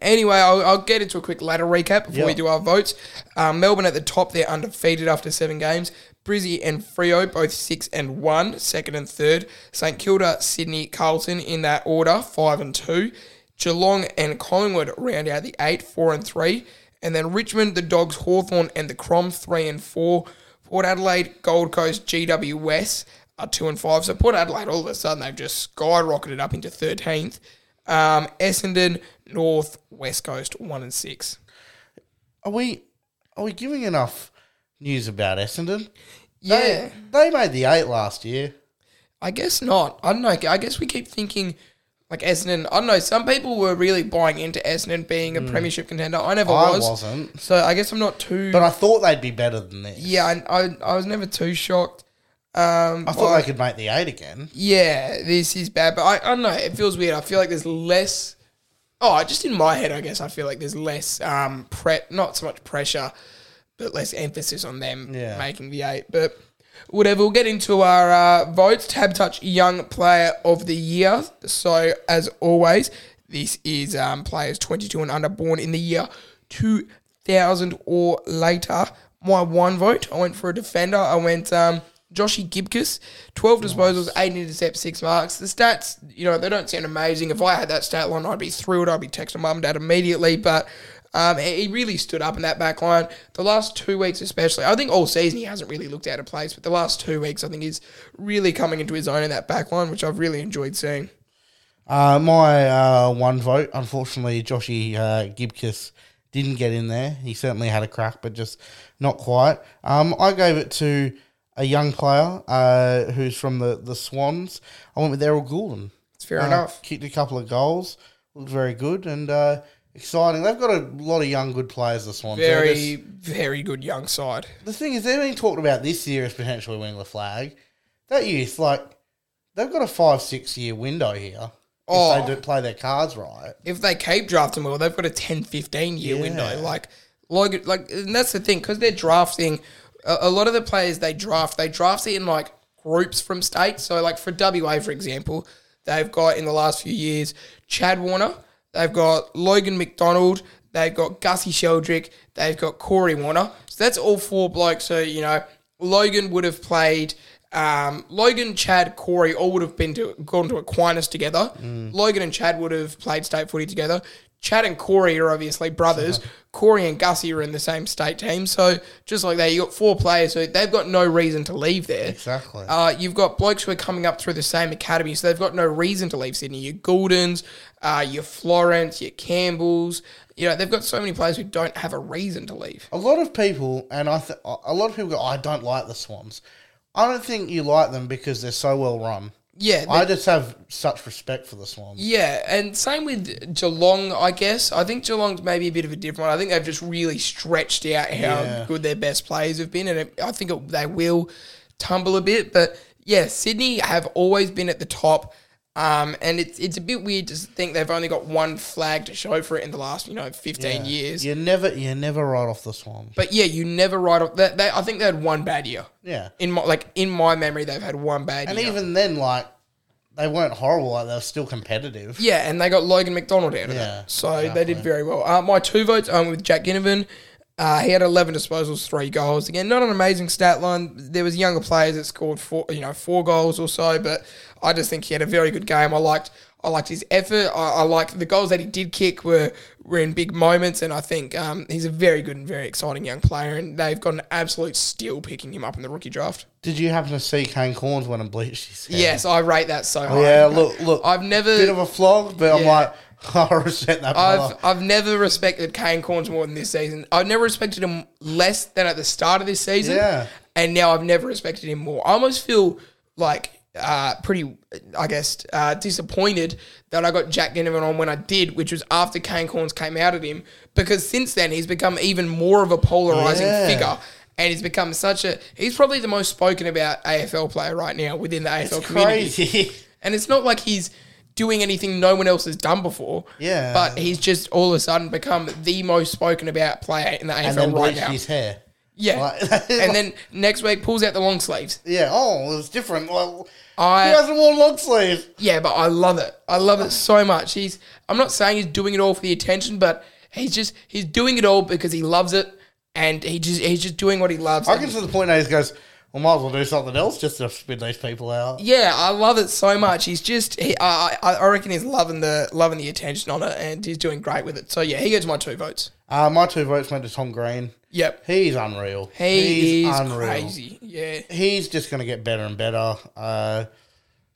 D: Anyway, I'll, I'll get into a quick ladder recap before we
E: Yeah.
D: do our votes. Um, Melbourne at the top, they're undefeated after seven games. Brizzy and Frio both six and one, second and third. St Kilda, Sydney, Carlton in that order, five and two. Geelong and Collingwood round out the eight, four and three. And then Richmond, the Dogs, Hawthorn and the Crom, three and four. Port Adelaide, Gold Coast, GWS are two and five. So Port Adelaide, all of a sudden, they've just skyrocketed up into 13th. Um, Essendon, North, West Coast, one and six.
E: are we are we giving enough news about Essendon?
D: Yeah,
E: They, they made the eight last year.
D: I guess not. I don't know. I guess we keep thinking like Essendon. I don't know. Some people were really buying into Essendon being a premiership contender. I never
E: Hmm. I
D: was.
E: wasn't.
D: So I guess I'm not too.
E: But I thought they'd be better than this.
D: yeah, I, I, I was never too shocked.
E: I thought they could make the eight again.
D: yeah, this is bad. But I, I don't know. It feels weird. I feel like there's less. Oh, just in my head, I guess I feel like there's less um prep, not so much pressure, but less emphasis on them
E: Yeah.
D: making the eight. But whatever. We'll get into our uh, votes. Tab Touch Young Player of the Year. So as always, this is um, players 22 and under born in the year 2000 or later. My one vote. I went for a defender. I went. Um, Joshy Gibkus, 12 disposals, 8 intercepts, 6 marks. The stats, you know, they don't sound amazing. If I had that stat line, I'd be thrilled. I'd be texting mum and dad immediately. But um, he he really stood up in that back line. The last two weeks, especially, I think all season he hasn't really looked out of place, but the last two weeks, I think he's really coming into his own in that back line, which I've really enjoyed seeing.
E: Uh, my uh, one vote, unfortunately, Joshy uh, Gibkiss didn't get in there. He certainly had a crack, but just not quite. Um, I gave it to a young player uh, who's from the, the Swans. I went with Errol Goulden.
D: It's fair
E: Uh,
D: enough.
E: Kicked a couple of goals. Looked very good and uh, exciting. They've got a lot of young, good players, the Swans. They're
D: Very,
E: just-
D: very good young side.
E: the thing is, they're being talked about this year as potentially winning the flag. That youth, like, they've got a five, six year window here.
D: Oh.
E: If they do play their cards right.
D: if they keep drafting well, they've got a 10, 15 year
E: Yeah.
D: window. Like, like, like, and that's the thing because they're drafting a, a lot of the players they draft, they draft it in like groups from states. So, like for WA, for example, they've got in the last few years Chad Warner, they've got Logan McDonald, they've got Gussie Sheldrick, they've got Corey Warner. So that's all four blokes. So you know, Logan would have played. Um, Logan, Chad, Corey all would have been to, gone to Aquinas together.
E: Mm.
D: Logan and Chad would have played state footy together. Chad and Corey are obviously
E: [LAUGHS]
D: brothers. Corey and Gussie are in the same state team. So just like that, you got four players, so they've got no reason to leave there.
E: Exactly.
D: Uh, you've got blokes who are coming up through the same academy, so they've got no reason to leave Sydney. Your Gouldens, uh, your Florence, your Campbells. You know, they've got so many players who don't have a reason to leave.
E: a lot of people, and I, th- a lot of people go, I don't like the Swans. I don't think you like them because they're so well run.
D: Yeah,
E: I just have such respect for the Swans.
D: Yeah, and same with Geelong, I guess. I think Geelong's maybe a bit of a different one. I think they've just really stretched out how
E: Yeah.
D: good their best players have been, and it, I think it, they will tumble a bit. But yeah, Sydney have always been at the top, um, and it's it's a bit weird to think they've only got one flag to show for it in the last you know fifteen years.
E: You never, you never write off the Swans.
D: But yeah, you never write off. They, they, I think they had one bad year.
E: Yeah,
D: In my like in my memory, they've had one bad
E: and
D: year.
E: even then, like they weren't horrible. Like they were still competitive.
D: Yeah, and they got Logan McDonald out of
E: Yeah,
D: that. So they did very well. Uh, my two votes um, with Jack Ginnivan. Uh, he had 11 disposals, three goals. Again, not an amazing stat line. There was younger players that scored four, you know, four goals or so, but I just think he had a very good game. I liked, I liked his effort. I, I liked the goals that he did kick were were in big moments, and I think um, he's a very good and very exciting young player. And they've got an absolute steal picking him up in the rookie draft.
E: Did you happen to see Kane Corns when and bleached his hair?
D: Yes, I rate that so high.
E: Oh, Yeah, look, look.
D: I've never
E: bit of a flog, but I'm
D: Yeah.
E: like, [LAUGHS] I respect that.
D: I've
E: Brother.
D: I've never respected Kane Corns more than this season. I've never respected him less than at the start of this season.
E: Yeah.
D: And now I've never respected him more. I almost feel like uh, pretty, I guess, uh, disappointed that I got Jack Ginnivan on when I did, which was after Kane Corns came out at him, because since then he's become even more of a polarizing
E: Yeah.
D: figure. And he's become such a. He's probably the most spoken about AFL player right now within the AFL community.
E: Crazy.
D: [LAUGHS] And it's not like he's doing anything no one else has done before.
E: Yeah.
D: But he's just all of a sudden become the most spoken about player in the
E: and
D: AFL
E: then
D: right
E: bleached
D: now.
E: his hair.
D: Yeah. [LAUGHS]
E: Like-
D: and then next week pulls out the long sleeves.
E: Yeah. Oh, it was different. Well,
D: I-
E: he hasn't worn long sleeves.
D: Yeah, but I love it. I love it so much. He's I'm not saying he's doing it all for the attention, but he's just he's doing it all because he loves it and he just he's just doing what he loves.
E: I
D: And-
E: can see the point now. He goes, "Well, might as well do something else just to spin these people out."
D: Yeah, I love it so much. He's just, he, I, I I reckon he's loving the loving the attention on it, and he's doing great with it. So yeah, he gets my two votes.
E: Uh, my two votes went to Tom Green.
D: Yep,
E: He's unreal.
D: He is crazy. Yeah.
E: He's just going to get better and better. Uh,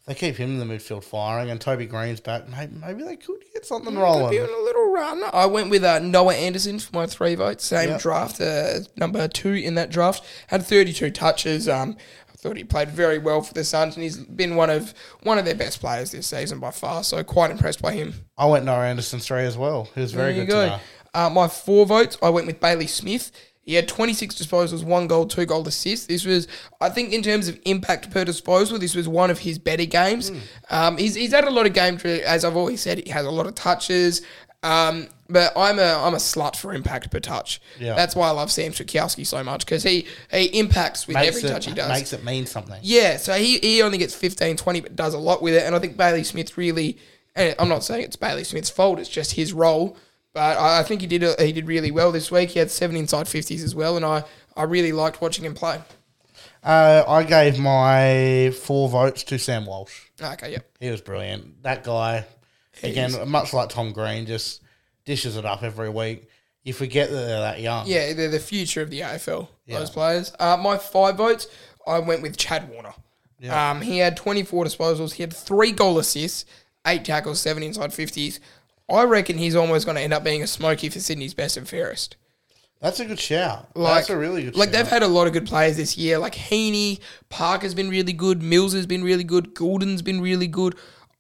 E: they keep him in the midfield firing, and Toby Green's back. Maybe, maybe they could get something rolling.
D: Doing a little run. I went with uh, Noah Anderson for my three votes. Same draft, uh, number two in that draft. Had 32 touches. Um, I thought he played very well for the Suns, and he's been one of one of their best players this season by far. So quite impressed by him.
E: I went Noah Anderson three as well. He was very
D: There you
E: good.
D: go.
E: Today.
D: Uh, my four votes, I went with Bailey Smith. He He had 26 disposals, one goal, two goal assists. This was, I think, in terms of impact per disposal, this was one of his better
E: Hmm.
D: games. Um, he's, he's had a lot of game, dri- as I've always said, he has a lot of touches. Um, but I'm a I'm a slut for impact per touch.
E: Yeah.
D: That's why I love Sam Strzokowski so much because he, he impacts with every touch he does.
E: makes it mean something.
D: Yeah, so he, he only gets 15, 20, but does a lot with it. And I think Bailey Smith really, and I'm not saying it's Bailey Smith's fault, it's just his role. But I, I think he did uh, he did really well this week. He had seven inside 50s as well, and I, I really liked watching him play.
E: Uh, I gave my four votes to Sam Walsh.
D: Ah, Okay, yep.
E: He was brilliant. That guy, again, much like Tom Green, just dishes it up every week. You forget that they're that young.
D: Yeah, they're the future of the AFL, those players. Uh, my five votes, I went with Chad Warner. Um, he had 24 disposals, he had three goal assists, eight tackles, seven inside 50s. I reckon he's almost going to end up being a smoky for Sydney's best and fairest.
E: That's a good shout.
D: Like,
E: That's a really good
D: Like
E: shout.
D: they've had a lot of good players this year. Like Heaney, Parker's been really good. Mills has been really good. Goulden's been really good.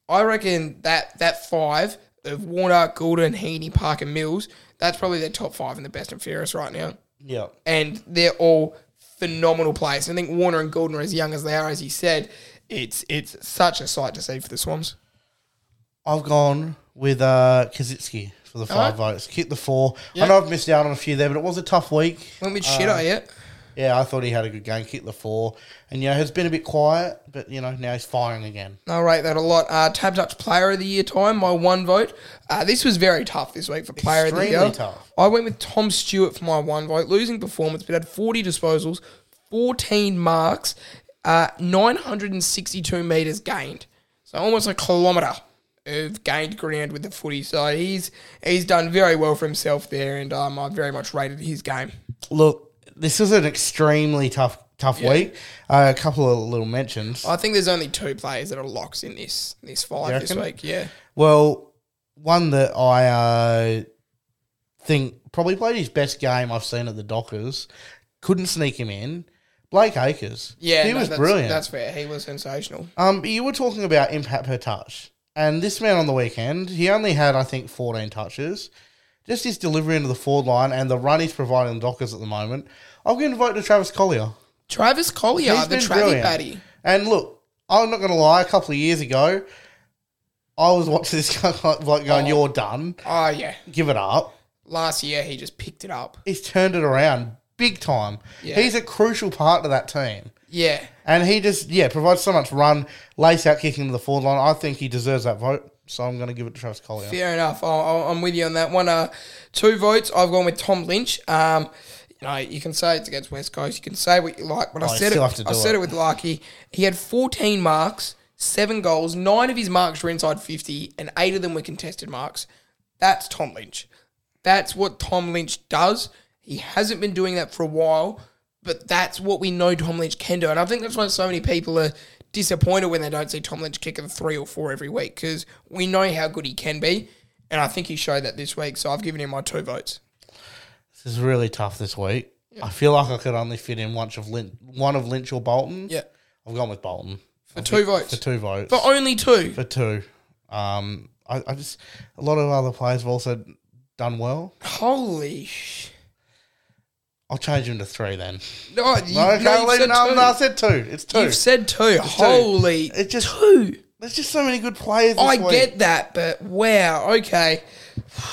D: I reckon that that five of Warner, Goulden, Heaney, Parker, Mills, that's probably their top five and the best and fairest right now.
E: Yeah.
D: And they're all phenomenal players. I think Warner and Goulden are as young as they are, as you said. It's it's such a sight to see for the Swans.
E: I've gone with uh, Kaczynski for the five
D: Uh-huh.
E: votes. Kick the four. I know I've missed out on a few there, but it was a tough week.
D: Went with
E: Uh,
D: shit, I yet.
E: Yeah, I thought he had a good game. Kicked the four. And, you know, has been a bit quiet, but, you know, now he's firing again.
D: I rate that a lot. Uh, Tab Touch Player of the Year time, my one vote. Uh, this was very tough this week for Player of the
E: Extremely
D: Year.
E: tough.
D: I went with Tom Stewart for my one vote. Losing performance, but had 40 disposals, 14 marks, uh, 962 metres gained. So almost a kilometre of gained ground with the footy. So he's he's done very well for himself there, and um, I very much rated his game.
E: Look, this is an extremely tough tough week. Uh, a couple of little mentions.
D: I think there's only two players that are locks in this this
E: You
D: five this
E: reckon?
D: week. Yeah.
E: Well, one that I uh, think probably played his best game I've seen at the Dockers. Couldn't sneak him in. Blake Acres.
D: Yeah,
E: he
D: no,
E: was
D: that's,
E: brilliant.
D: That's fair. He was sensational.
E: Um, you were talking about impact per touch, and this man on the weekend, he only had I think fourteen touches. Just his delivery into the forward line and the run he's providing the Dockers at the moment. I'm going to vote to Travis Collier.
D: Travis Collier,
E: He's
D: the
E: been
D: Travis
E: brilliant.
D: Batty.
E: And look, I'm not going to lie. A couple of years ago, I was watching this [LAUGHS] guy like going, "You're done.
D: Oh yeah,
E: Give it up."
D: last year he just picked it up.
E: He's turned it around big time.
D: Yeah.
E: He's a crucial part of that team,
D: Yeah,
E: and he just yeah provides so much run, lace out kicking to the forward line. I think he deserves that vote. So I'm going to give it to Travis Collier.
D: fair enough. I- I- I'm with you on that one. Uh, two votes. I've gone with Tom Lynch. Um, you know, you can say it's against West Coast. You can say what you like, but I
E: Oh, you
D: said it.
E: still have to
D: I
E: do
D: said
E: it.
D: it with Larky. He had 14 marks, seven goals, nine of his marks were inside 50, and eight of them were contested marks. That's Tom Lynch. That's what Tom Lynch does. He hasn't been doing that for a while, but that's what we know Tom Lynch can do. And I think that's why so many people are disappointed when they don't see Tom Lynch kicking three or four every week because we know how good he can be. And I think he showed that this week. So I've given him my two votes.
E: This is really tough this week. I feel like I could only fit in one of Lynch, one of Lynch or Bolton.
D: Yeah.
E: I've gone with Bolton
D: For two votes.
E: for two votes.
D: For only two.
E: for two. Um, I, I just a lot of other players have also done well.
D: Holy sh.
E: I'll change them to three then.
D: No, you,
E: No,
D: no,
E: can't
D: you've
E: leave-
D: said
E: no,
D: two.
E: no, I said two. It's 2
D: You've said two. Holy.
E: It just-
D: two.
E: There's just so many good players. This
D: I
E: week.
D: get that, but wow, okay. [SIGHS]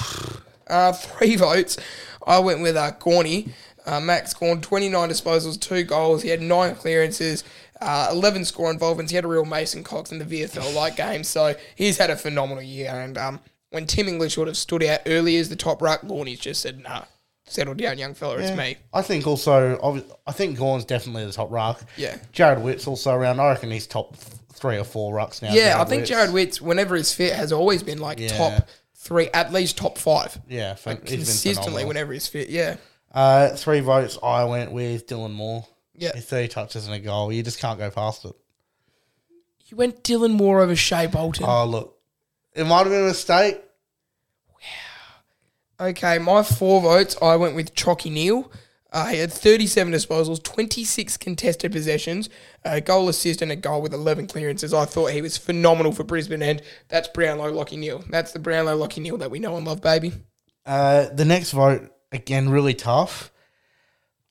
D: Uh, three votes. I went with uh, Gorney. Uh, Max Gorn, 29 disposals, two goals. He had nine clearances, uh, 11 score involvements. He had a real Mason Cox in the VFL
E: [SIGHS]
D: like game, so he's had a phenomenal year. And um, when Tim English would have stood out early as the top ruck, Gorney's just said, nah, settle down, young fella, it's me.
E: I think also, obvi- I think Gorn's definitely the top ruck.
D: Yeah.
E: Jared Witt's also around. I reckon he's top th- three or four rucks now.
D: Yeah, I think Jared Witts, whenever he's fit, has always been like
E: Yeah.
D: top three, at least top five.
E: Yeah, fen- he's been
D: Consistently,
E: phenomenal.
D: whenever he's fit, yeah.
E: Uh, three votes. I went with Dylan Moore.
D: Yeah.
E: His three touches and a goal. You just can't go past it.
D: You went Dylan Moore over Shea Bolton.
E: Oh look, it might have been a mistake.
D: Okay, my four votes, I went with Chalky Neal. Uh, he had 37 disposals, 26 contested possessions, a goal assist, and a goal with 11 clearances. I thought he was phenomenal for Brisbane, and that's Brownlow Lockie Neal. That's the Brownlow Lockie Neal that we know and love, baby.
E: Uh, the next vote again, really tough.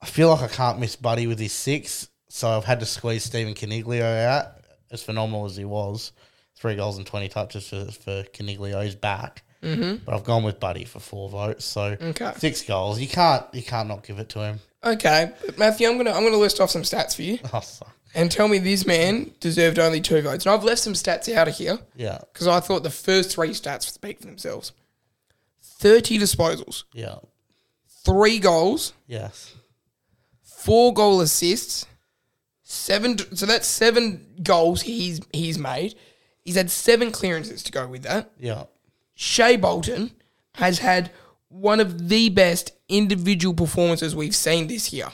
E: I feel like I can't miss Buddy with his six, so I've had to squeeze Stephen Caniglio out. As phenomenal as he was, three goals and twenty touches for, for Caniglio's back. Mm-hmm. But I've gone with Buddy for four votes, so
D: Okay.
E: six goals. You can't you can't not give it to him. [LAUGHS]
D: Okay, but Matthew, I'm gonna I'm gonna list off some stats for you
E: Oh, fuck.
D: and tell me this man deserved only two votes. And I've left some stats out of here
E: yeah,
D: because I thought the first three stats speak for themselves. Thirty disposals,
E: yeah,
D: three goals,
E: yes,
D: four goal assists, seven. So that's seven goals he's he's made. He's had seven clearances to go with that.
E: yeah,
D: Shea Bolton has had one of the best individual performances we've seen this year.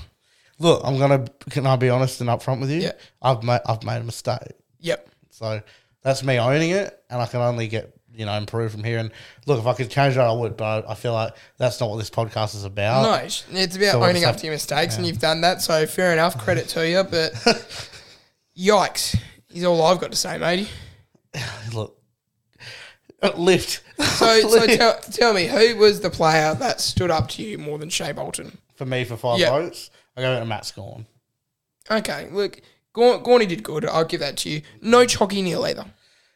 E: Look, I'm gonna. Can I be honest and upfront with you?
D: Yeah.
E: I've made I've made a mistake,
D: Yep.
E: so that's me owning it, and I can only get you know improve from here. And look, if I could change that, I would. But I, I feel like that's not what this podcast is about.
D: No, it's it's about
E: So what
D: owning
E: does
D: up
E: that-
D: to your mistakes, and you've done that. So fair enough, credit to you. But
E: [LAUGHS]
D: yikes, is all I've got to say, matey.
E: [LAUGHS] Look, lift.
D: So, so tell, tell me, who was the player that stood up to you more than Shea Bolton?
E: for me for five
D: Yeah.
E: votes. I go to Matt Scorn.
D: Okay, look, Gorn, Gorney did good. I'll give that to you. No Chalky Neal either.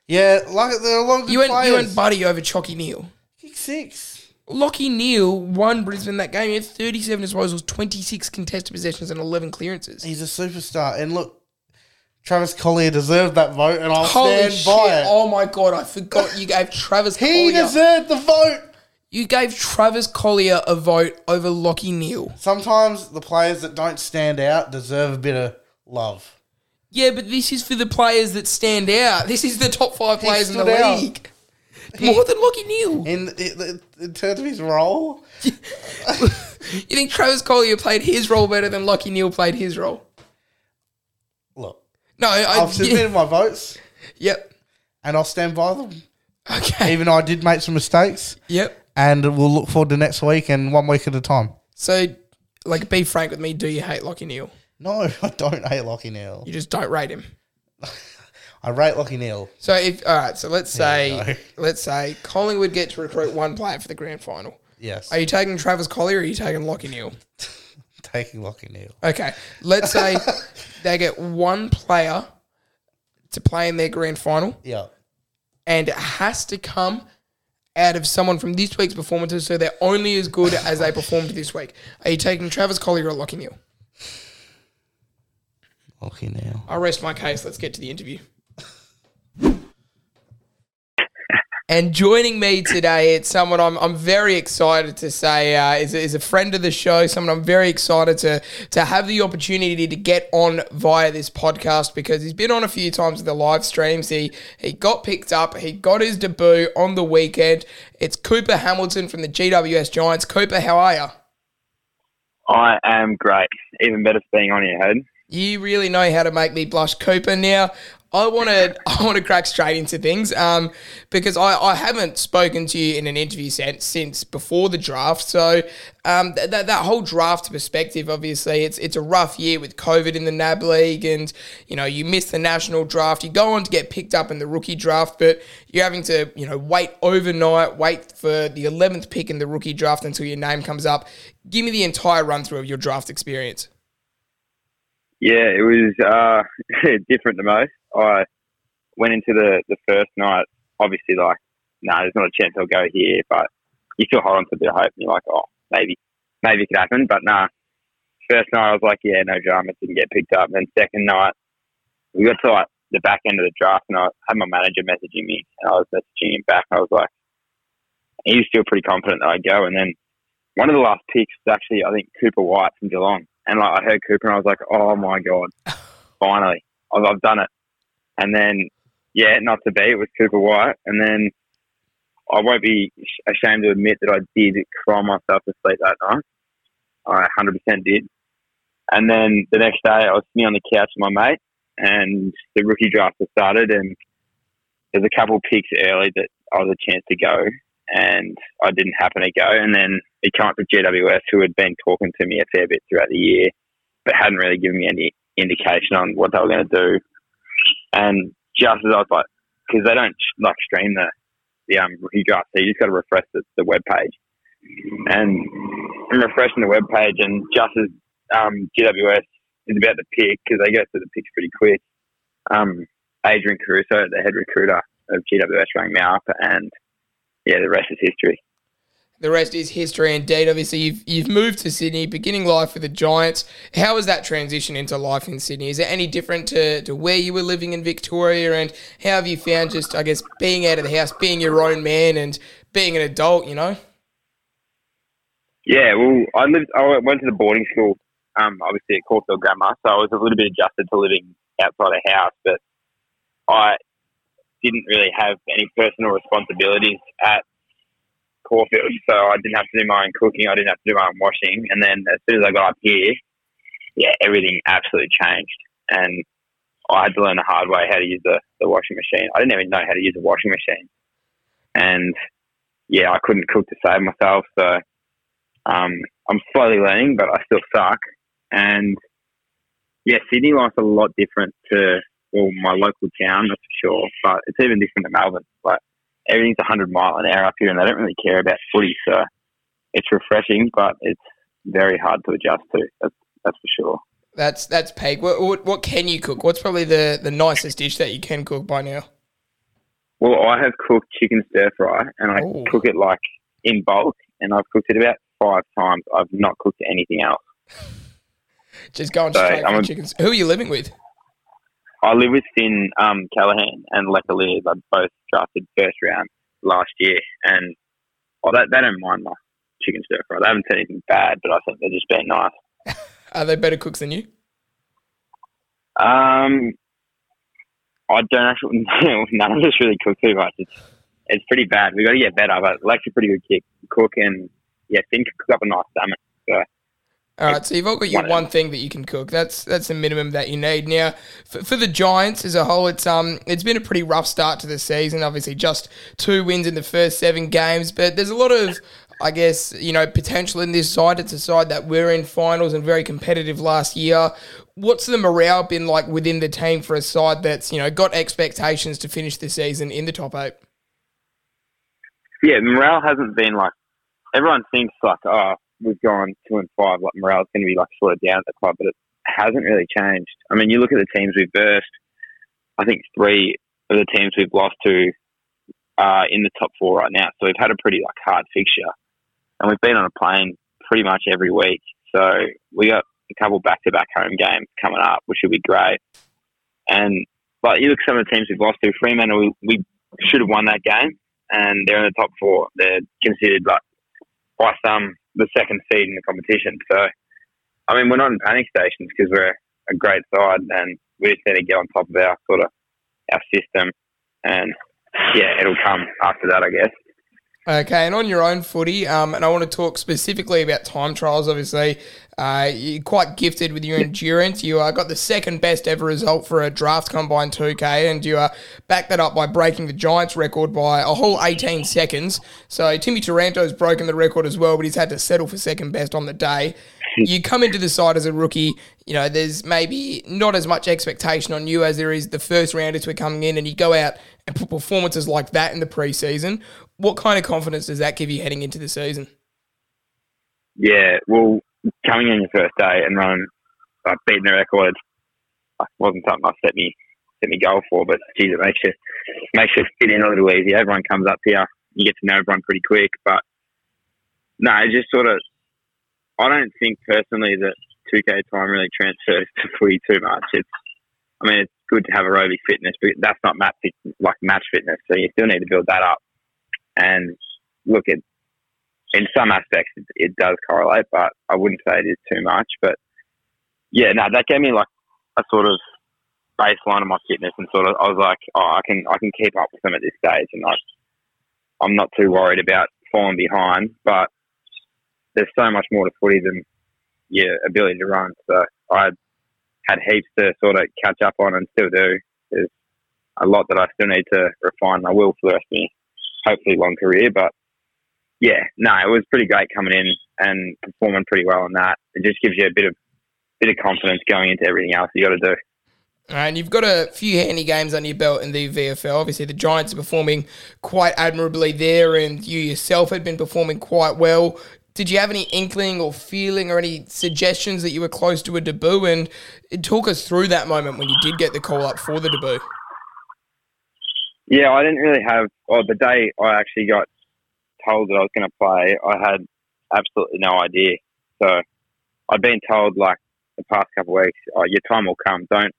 E: Yeah, like there are a lot of good
D: You went
E: players.
D: you went Buddy over Chalky Neal.
E: Kick six.
D: Lockie Neal won Brisbane that game. He had 37 disposals, 26 contested possessions, and 11 clearances.
E: He's a superstar, and look, Travis Collier deserved that vote, and I'll
D: Holy
E: stand
D: shit!
E: by it.
D: Oh my god, I forgot you gave Travis.
E: he
D: Collier-
E: deserved the vote.
D: You gave Travis Collier a vote over Lockie Neal.
E: Sometimes the players that don't stand out deserve a bit of love.
D: Yeah, but this is for the players that stand out. This is the top five players in the
E: stood out.
D: league. More than Lockie Neal.
E: In, in, in terms of his role,
D: You think Travis Collier played his role better than Lockie Neal played his role?
E: look,
D: No, I,
E: I've submitted my votes
D: Yep.
E: and I'll stand by them.
D: Okay.
E: Even though I did make some mistakes,
D: Yep.
E: and we'll look forward to next week and one week at a time.
D: So, like, be frank with me. Do you hate Lockie Neal?
E: No, [LAUGHS] I don't hate Lockie Neal.
D: You just don't rate him.
E: I rate Lockie Neal.
D: So if all right, so let's
E: you
D: say
E: go.
D: let's say Collingwood get to recruit one player for the grand final.
E: Yes,
D: Are you taking Travis Collier or are you taking Lockie Neal?
E: taking Lockie Neal.
D: Okay. Let's say they get one player to play in their grand final,
E: Yeah,
D: and it has to come out of someone from this week's performances, so they're only as good as they performed this week. Are you taking Travis Collier or Lockie Neal?
E: Lockie Neal.
D: I rest my case. Let's get to the interview. And joining me today, it's someone I'm, I'm very excited to say uh, is, is a friend of the show, someone I'm very excited to, to have the opportunity to get on via this podcast because he's been on a few times with the live streams. He, he got picked up, he got his debut on the weekend. It's Cooper Hamilton from the GWS Giants. Cooper, how are you?
G: I am great. Even better for being on your head.
D: You really know how to make me blush, Cooper. Now, I want to [LAUGHS] I want to crack straight into things um, because I, I haven't spoken to you in an interview sense since before the draft. So um, th- that that whole draft perspective, obviously, it's it's a rough year with COVID in the NAB league, and you know you miss the national draft. You go on to get picked up in the rookie draft, but you're having to you know wait overnight, wait for the 11th pick in the rookie draft until your name comes up. Give me the entire run through of your draft experience.
G: Yeah, it was uh, [LAUGHS] different to most. I went into the, the first night, obviously, like, no, there's not a chance I'll go here, but you still hold on to a bit of hope and you're like, oh, maybe, maybe it could happen. But nah, first night I was like, yeah, no drama, didn't get picked up. And then second night, we got to like the back end of the draft and I had my manager messaging me and I was messaging him back. I was like, he was still pretty confident that I'd go. And then one of the last picks was actually, I think, Cooper White from Geelong. And like, I heard Cooper and I was like, oh my God, finally, I've, I've done it. And then, yeah, not to be, it was Cooper White. And then I won't be sh- ashamed to admit that I did cry myself to sleep that night. I 100% did. And then the next day, I was sitting on the couch with my mate, and the rookie draft has started. And there's a couple picks early that I was a chance to go and I didn't happen to go. And then it came up with GWS, who had been talking to me a fair bit throughout the year, but hadn't really given me any indication on what they were going to do. And just as I was like, because they don't like stream the the um, rookie draft, so you just got to refresh the, the web page. And I'm refreshing the web page, and just as um, GWS is about the pick because they go through the picks pretty quick. Um, Adrian Caruso, the head recruiter of GWS, rang me up, and yeah, the rest is history.
D: The rest is history indeed. Obviously, you've, you've moved to Sydney, beginning life with the Giants. How was that transition into life in Sydney? Is it any different to, to where you were living in Victoria? And how have you found just, I guess, being out of the house, being your own man, and being an adult, you know?
G: Yeah, well, I lived. I went to the boarding school, um, obviously at Corfield Grammar, so I was a little bit adjusted to living outside a house, but I didn't really have any personal responsibilities at Corfield, so I didn't have to do my own cooking, I didn't have to do my own washing, and then as soon as I got up here, yeah, everything absolutely changed, and I had to learn the hard way how to use the, the washing machine. I didn't even know how to use a washing machine, and yeah, I couldn't cook to save myself, so. Um, I'm slowly learning, but I still suck. And yeah, Sydney life's a lot different to well, my local town, that's for sure. But it's even different to Melbourne. Like everything's 100 mile an hour up here, and they don't really care about footy. So it's refreshing, but it's very hard to adjust to. That's, that's for sure.
D: That's that's Peg. What, what, what can you cook? What's probably the, the nicest dish that you can cook by now?
G: Well, I have cooked chicken stir fry, and I
D: Ooh.
G: cook it like in bulk, and I've cooked it about five times. I've not cooked anything else.
D: Just going
G: So,
D: straight
G: I'm
D: for
G: a-
D: chickens. Who are you living with?
G: I live with Finn um, Callahan and Lecalier. They both drafted first round last year, and oh, they, they don't mind my chicken stir fry. They haven't said anything bad, but I think they're just being nice.
D: Are they better cooks than you?
G: Um, I don't actually. [LAUGHS] None of us really cook too much. It's it's pretty bad. We got to get better, but Lec's a pretty good kick, cook, and yeah, Finn can cook up a nice salmon. So
D: All right, so you've all got your
G: One of
D: one thing that you can cook. That's that's the minimum that you need. Now, for, for the Giants as a whole, it's um it's been a pretty rough start to the season. Obviously, just two wins in the first seven games, but there's a lot of I guess you know potential in this side. It's a side that were in finals and very competitive last year. What's the morale been like within the team for a side that's you know got expectations to finish the season in the top eight?
G: yeah, morale hasn't been like everyone thinks like, oh, we've gone two and five, like morale's going to be like sort of down at the club, but it hasn't really changed. I mean, you look at the teams we've versed. I think three of the teams we've lost to are in the top four right now, so we've had a pretty like hard fixture, and we've been on a plane pretty much every week. So we got a couple back to back home games coming up, which will be great. And but you look at some of the teams we've lost to, Fremantle, we, we should have won that game and they're in the top four. They're considered like by some the second seed in the competition. So, I mean, we're not in panic stations because we're a great side, and we just need to get on top of our sort of our system, and yeah, it'll come after that, I guess.
D: Okay, and on your own footy, um, and I want to talk specifically about time trials. Obviously, uh, you're quite gifted with your endurance. You uh, got the second best ever result for a draft combine 2K, and you uh, backed that up by breaking the Giants' record by a whole 18 seconds. So Timmy Taranto's broken the record as well, but he's had to settle for second best on the day. [LAUGHS] You come into the side as a rookie. You know, there's maybe not as much expectation on you as there is the first rounders were coming in, and you go out and put performances like that in the preseason. What kind of confidence does that give you heading into the season?
G: Yeah, well, coming in your first day and running, like beating the record, like, wasn't something I set me set me goal for. But geez, it makes you makes you fit in a little easier. Everyone comes up here, you get to know everyone pretty quick. But no, it just sort of, I don't think personally that 2K time really transfers [LAUGHS] to footy too much. It's, I mean, it's good to have aerobic fitness, but that's not match fit, like match fitness. So you still need to build that up. And look, it in some aspects it, it does correlate, but I wouldn't say it is too much. But yeah, no, that gave me like a sort of baseline of my fitness, and sort of I was like, oh, I can I can keep up with them at this stage, and I I'm not too worried about falling behind. But there's so much more to footy than your ability to run. So I had heaps to sort of catch up on, and still do. There's a lot that I still need to refine. and I will for the rest of me, hopefully long career, but yeah, no, it was pretty great coming in and performing pretty well on that. It just gives you a bit of bit of confidence going into everything else you got to do.
D: All right, And you've got a few handy games under your belt in the VFL. Obviously, the Giants are performing quite admirably there, and you yourself had been performing quite well. Did you have any inkling or feeling or any suggestions that you were close to a debut? And talk us through that moment when you did get the call up for the debut.
G: Yeah, I didn't really have. Or the day I actually got told that I was going to play, I had absolutely no idea. So I'd been told like the past couple of weeks, oh, your time will come. Don't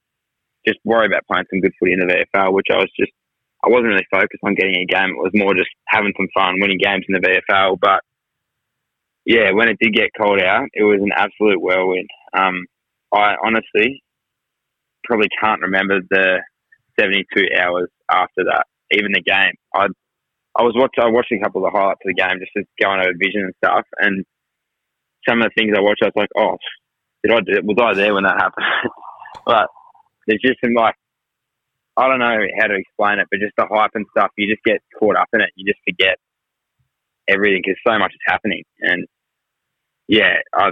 G: just worry about playing some good footy in the VFL, which I was just. I wasn't really focused on getting a game. It was more just having some fun, winning games in the VFL. But yeah, when it did get called out, it was an absolute whirlwind. Um, I honestly probably can't remember the 72 hours after that, even the game. I I was watch, I watched a couple of the highlights of the game, just going over vision and stuff. And some of the things I watched, I was like, oh, did I do, was I there when that happened? [LAUGHS] but there's just some like, I don't know how to explain it, but just the hype and stuff, you just get caught up in it. You just forget everything because so much is happening. And yeah, I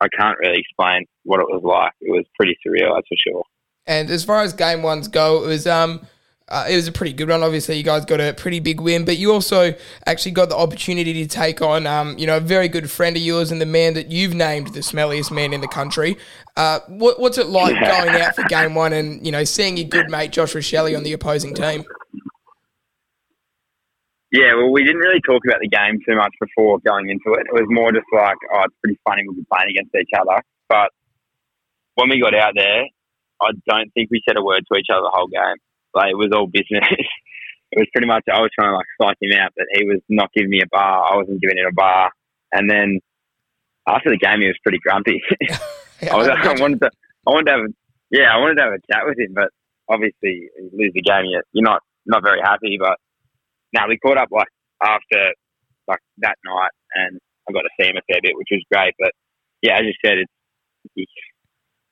G: I can't really explain what it was like. It was pretty surreal, that's for sure.
D: And as far as game ones go, it was um, uh, it was a pretty good one. Obviously, you guys got a pretty big win, but you also actually got the opportunity to take on um, you know, a very good friend of yours and the man that you've named the smelliest man in the country. Uh, what, what's it like going out for game one and you know seeing your good mate Josh Rochelle on the opposing team?
G: Yeah, well, we didn't really talk about the game too much before going into it. It was more just like, oh, it's pretty funny we'll be playing against each other. But when we got out there, I don't think we said a word to each other the whole game. Like it was all business. [LAUGHS] it was pretty much I was trying to like psych him out, but he was not giving me a bar. I wasn't giving him a bar. And then after the game, he was pretty grumpy. [LAUGHS] I, was, [LAUGHS] I wanted to, I wanted to have, a- yeah, I wanted to have a chat with him, but obviously you lose the game, you're, you're not not very happy. But now we caught up like after like that night, and I got to see him a fair bit, which was great. But yeah, as you said, it's you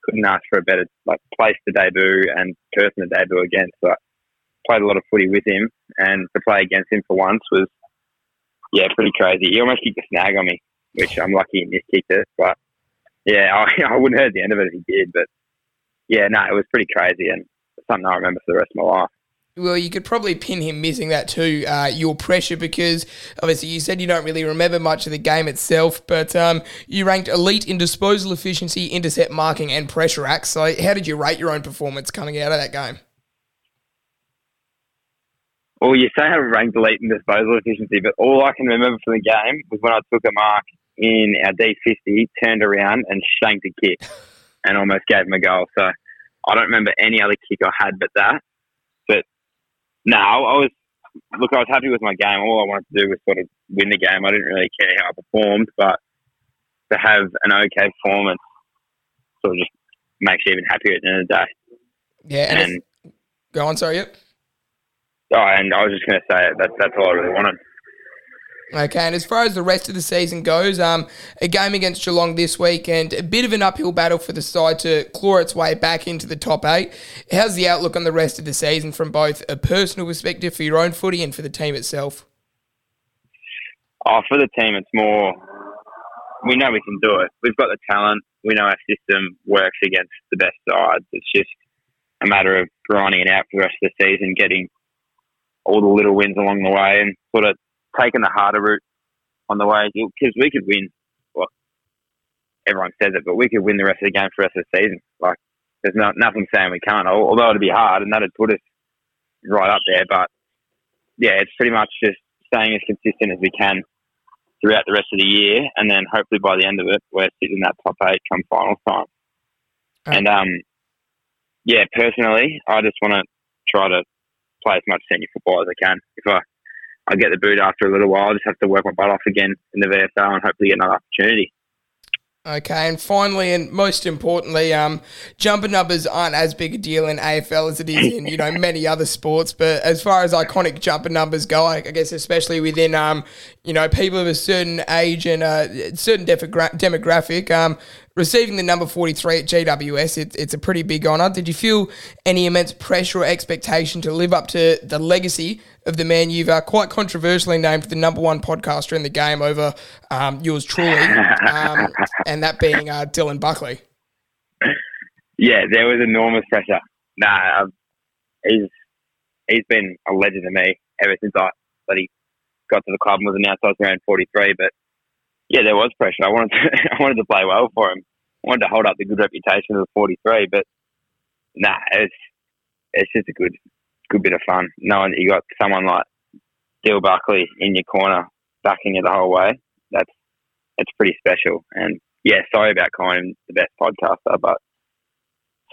G: couldn't ask for a better like place to debut and person to debut against. So I played a lot of footy with him, and to play against him for once was yeah pretty crazy. He almost kicked a snag on me, which I'm lucky he miskicked it. But yeah, [LAUGHS] I, I wouldn't have heard the end of it if he did. But yeah, no, it was pretty crazy and something I remember for the rest of my life.
D: Well, you could probably pin him missing that too, uh, your pressure, because obviously you said you don't really remember much of the game itself, but um, you ranked elite in disposal efficiency, intercept marking, and pressure acts. So, how did you rate your own performance coming out of that game?
G: Well, you say I ranked elite in disposal efficiency, but all I can remember from the game was when I took a mark in our D50, turned around and shanked a kick and almost gave him a goal. So I don't remember any other kick I had but that. But no, I was, look, I was happy with my game. All I wanted to do was sort of win the game. I didn't really care how I performed, but to have an okay performance sort of just makes you even happier at the end of the day.
D: Yeah, and,
G: And,
D: go on, sorry, yep.
G: oh, and I was just going to say that that's all I really wanted.
D: Okay, and as far as the rest of the season goes, um, a game against Geelong this week and a bit of an uphill battle for the side to claw its way back into the top eight. How's the outlook on the rest of the season from both a personal perspective for your own footy and for the team itself?
G: Oh, for the team, it's more. We know we can do it. We've got the talent. We know our system works against the best sides. It's just a matter of grinding it out for the rest of the season, getting all the little wins along the way, and sort of taking the harder route on the way because we could win. Well, everyone says it, but we could win the rest of the game for the rest of the season. Like, there's no, nothing saying we can't. al- Although it'd be hard, and that'd put us right up there. But yeah, it's pretty much just staying as consistent as we can throughout the rest of the year, and then hopefully by the end of it, we're sitting in that top eight come final time.
D: Right.
G: And um, yeah, personally, I just want to try to play as much senior football as I can. If I I get the boot after a little while, I just have to work my butt off again in the VFL and hopefully get another opportunity.
D: Okay, and finally, and most importantly, um, jumper numbers aren't as big a deal in AFL as it is in you know many other sports. But as far as iconic jumper numbers go, I, I guess especially within um, you know people of a certain age and a certain defogra- demographic, um, receiving the number forty three at GWS, it, it's a pretty big honour. Did you feel any immense pressure or expectation to live up to the legacy of the man you've uh, quite controversially named the number one podcaster in the game over um, yours truly, um, and that being uh, Dylan Buckley.
G: Yeah, there was enormous pressure. Nah, I've, he's he's been a legend to me ever since I bloody got to the club and was announced I was around 43. But yeah, there was pressure. I wanted to, [LAUGHS] I wanted to play well for him. I wanted to hold up the good reputation of the 43, but nah, it's it's just a good good bit of fun knowing that you got someone like Dill Buckley in your corner backing you the whole way. That's that's pretty special. And yeah, sorry about calling him the best podcaster, but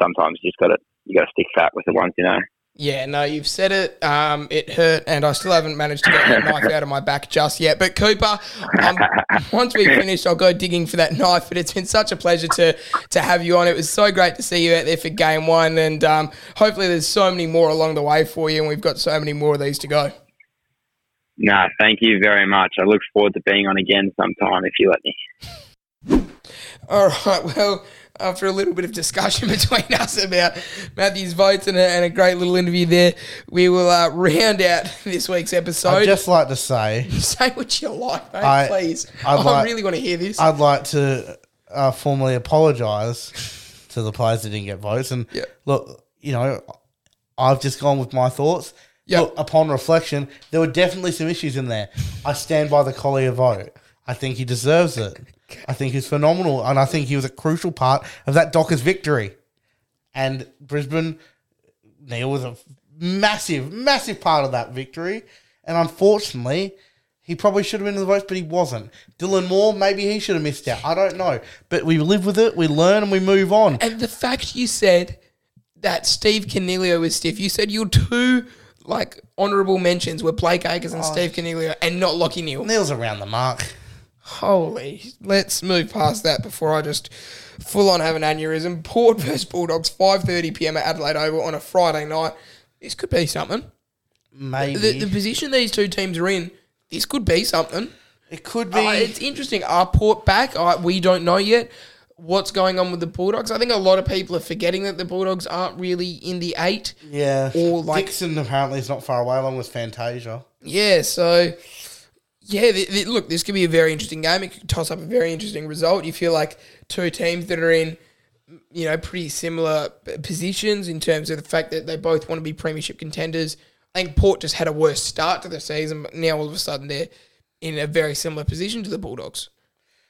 G: sometimes you just got to you got to stick fat with the ones you know.
D: Yeah, no, you've said it. Um, it hurt, and I still haven't managed to get that knife out of my back just yet. But Cooper, um, [LAUGHS] once we finish, I'll go digging for that knife. But it's been such a pleasure to to have you on. It was so great to see you out there for game one, and um, hopefully there's so many more along the way for you, and we've got so many more of these to go.
G: Nah, thank you very much. I look forward to being on again sometime if you let me.
D: All right. Well, after a little bit of discussion [LAUGHS] between us about Matthew's votes and a, and a great little interview there, we will uh, round out this week's episode.
E: I'd just like to say
D: Say what you like, mate.
E: I-
D: please. i
E: I'd like-
D: really want to hear this.
E: I'd like to uh, formally apologise to the players that didn't get votes. And
D: Yeah.
E: look, you know, I've just gone with my thoughts.
D: Yeah.
E: Look, upon reflection, there were definitely some issues in there. I stand by the Collier vote. I think he deserves it. I think he's phenomenal, and I think he was a crucial part of that Dockers victory. And Brisbane, Neil was a massive, massive part of that victory. And unfortunately, he probably should have been in the votes, but he wasn't. Dylan Moore, maybe he should have missed out. I don't know. But we live with it, we learn, and we move on.
D: and the fact you said that Steve Canelio was stiff, you said your two like honourable mentions were Blake Acres and Steve Canelio and not Lockie Neal.
E: Neil's around the mark.
D: Holy, let's move past that before I just full on have an aneurysm. Port versus Bulldogs, 5.30 p.m. at Adelaide Oval on a Friday night. This could be something.
E: Maybe.
D: The, the position these two teams are in, this could be something.
E: it could be.
D: Uh, it's interesting. Are Port back? I, we don't know yet. What's going on with the Bulldogs? I think a lot of people are forgetting that the Bulldogs aren't really in the eight.
E: yeah.
D: or like-
E: Dixon apparently is not far away, along with Fantasia.
D: Yeah, so yeah, th- th- look, this could be a very interesting game. It could toss up a very interesting result. You feel like two teams that are in you know pretty similar p- positions in terms of the fact that they both want to be premiership contenders. I think Port just had a worse start to the season, but now all of a sudden they're in a very similar position to the Bulldogs.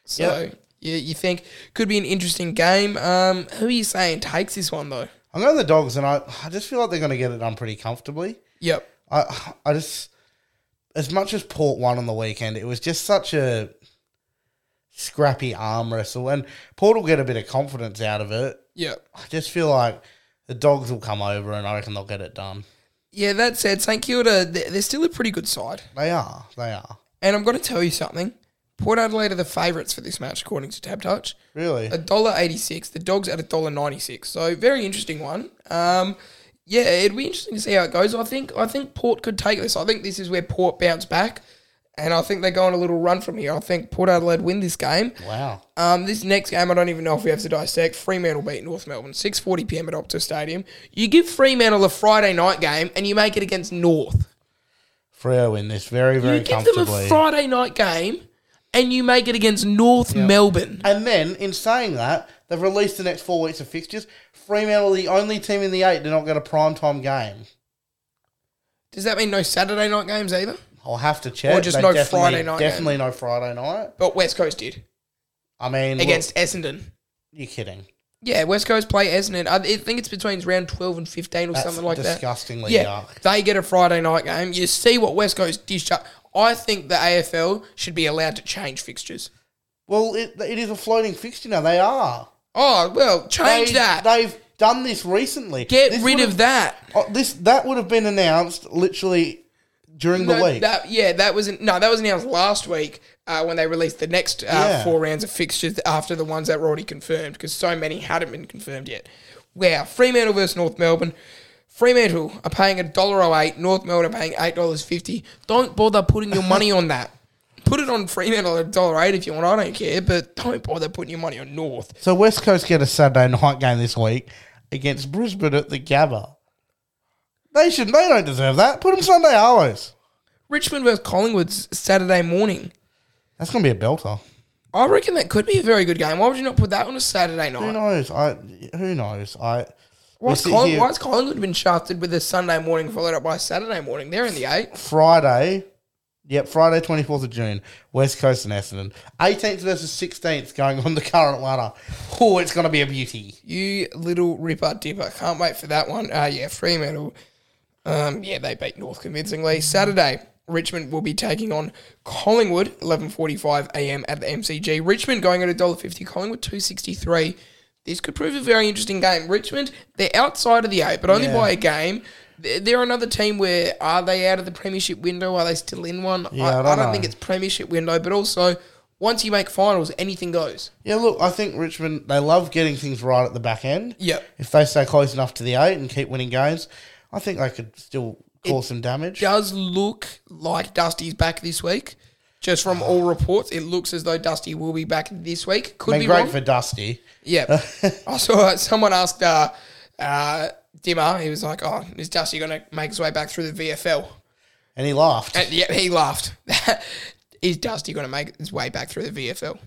D: So
E: Yep.
D: you, you think could be an interesting game. Um, who are you saying takes this one though?
E: I'm going the dogs, and I, I just feel like they're going to get it done pretty comfortably.
D: Yep.
E: I I just as much as Port won on the weekend, it was just such a scrappy arm wrestle, and Port will get a bit of confidence out of it.
D: Yep.
E: I just feel like the dogs will come over, and I reckon they'll get it done.
D: Yeah, that said, St Kilda, they- they're still a pretty good side.
E: They are, they are
D: And I'm going to tell you something. Port Adelaide are the favourites for this match, according to Tab Touch.
E: really.
D: A dollar eighty-six. The Dogs at a dollar ninety-six. So very interesting one. Um, yeah, it'd be interesting to see how it goes. I think I think Port could take this. I think this is where Port bounce back, and I think they go on a little run from here. I think Port Adelaide win this game.
E: Wow,
D: Um, this next game, I don't even know if we have to dissect. Fremantle beat North Melbourne, 6.40 p.m. at Optus Stadium. You give Fremantle a Friday night game and you make it against North.
E: Freo win this very, very
D: You give them
E: comfortably.
D: a Friday night game and you make it against North Melbourne.
E: and then, in saying that, they've released the next four weeks of fixtures. Fremantle are the only team in the eight to not get a prime time game.
D: Does that mean no Saturday night games either?
E: I'll have to check.
D: Or just
E: They
D: no
E: definitely-
D: Friday night game.
E: Definitely no Friday night.
D: But West Coast did
E: I mean, look,
D: against Essendon.
E: you're kidding.
D: Yeah, West Coast play Essendon. I I think it's between round 12 and 15 or
E: That's
D: something like that.
E: disgustingly
D: Yeah,
E: dark.
D: they get a Friday night game. You see what West Coast dished up. I think the AFL should be allowed to change fixtures.
E: Well, it, it is a floating fixture now. They are.
D: Oh, well, change
E: they,
D: that.
E: They've done this recently.
D: Get
E: This
D: rid
E: would've-
D: of that.
E: oh, this that would have been announced literally during the
D: No,
E: week.
D: that, yeah, that was no, that was announced last week uh, when they released the next uh,
E: Yeah.
D: four rounds of fixtures after the ones that were already confirmed because so many hadn't been confirmed yet. Wow, Fremantle versus North Melbourne. Fremantle are paying $1.08, North Melbourne are paying $8.50. Don't bother putting your money on that. [LAUGHS] Put it on Fremantle at $1.08 if you want, I don't care, but don't bother putting your money on North.
E: so West Coast get a Saturday night game this week against Brisbane at the Gabba. They should. They don't deserve that. Put them Sunday Arlows.
D: Richmond versus Collingwood's Saturday morning.
E: That's gonna be a belter.
D: I reckon that could be a very good game. Why would you not put that on a Saturday night?
E: Who knows? I. Who knows? I. we
D: Why's,
E: sit
D: Colling-
E: here
D: why's Collingwood been shafted with a Sunday morning followed up by a Saturday morning? They're in the eight.
E: Friday Yep, Friday, 24th of June, West Coast and Essendon. 18th versus 16th going on the current ladder. Oh, it's going to be a beauty.
D: You little ripper dipper. Can't wait for that one. Uh, yeah, Fremantle. Um, yeah, they beat North convincingly. Saturday, Richmond will be taking on Collingwood, 11.45 a.m. at the MCG. Richmond going at $1.50, Collingwood 2.63. This could prove a very interesting game. Richmond, they're outside of the eight, but only
E: Yeah.
D: by a game. They're they're another team where are they out of the premiership window? Are they still in one?
E: Yeah,
D: I,
E: I
D: I
E: don't
D: don't,
E: know.
D: think it's premiership window, but also once you make finals, anything goes.
E: Yeah, look, I think Richmond, they love getting things right at the back end.
D: Yep.
E: If they stay close enough to the eight and keep winning games, I think they could still cause some damage.
D: does look like Dusty's back this week. Just from all reports, it looks as though Dusty will be back this week. Could
E: Been
D: be
E: great
D: wrong.
E: for Dusty.
D: yeah. I saw uh, someone asked uh, uh, Dimmer. He was like, "Oh, is Dusty going to make his way back through the VFL?"
E: And he laughed.
D: And Uh, yeah, he laughed. [LAUGHS] is Dusty going to make his way back through the VFL?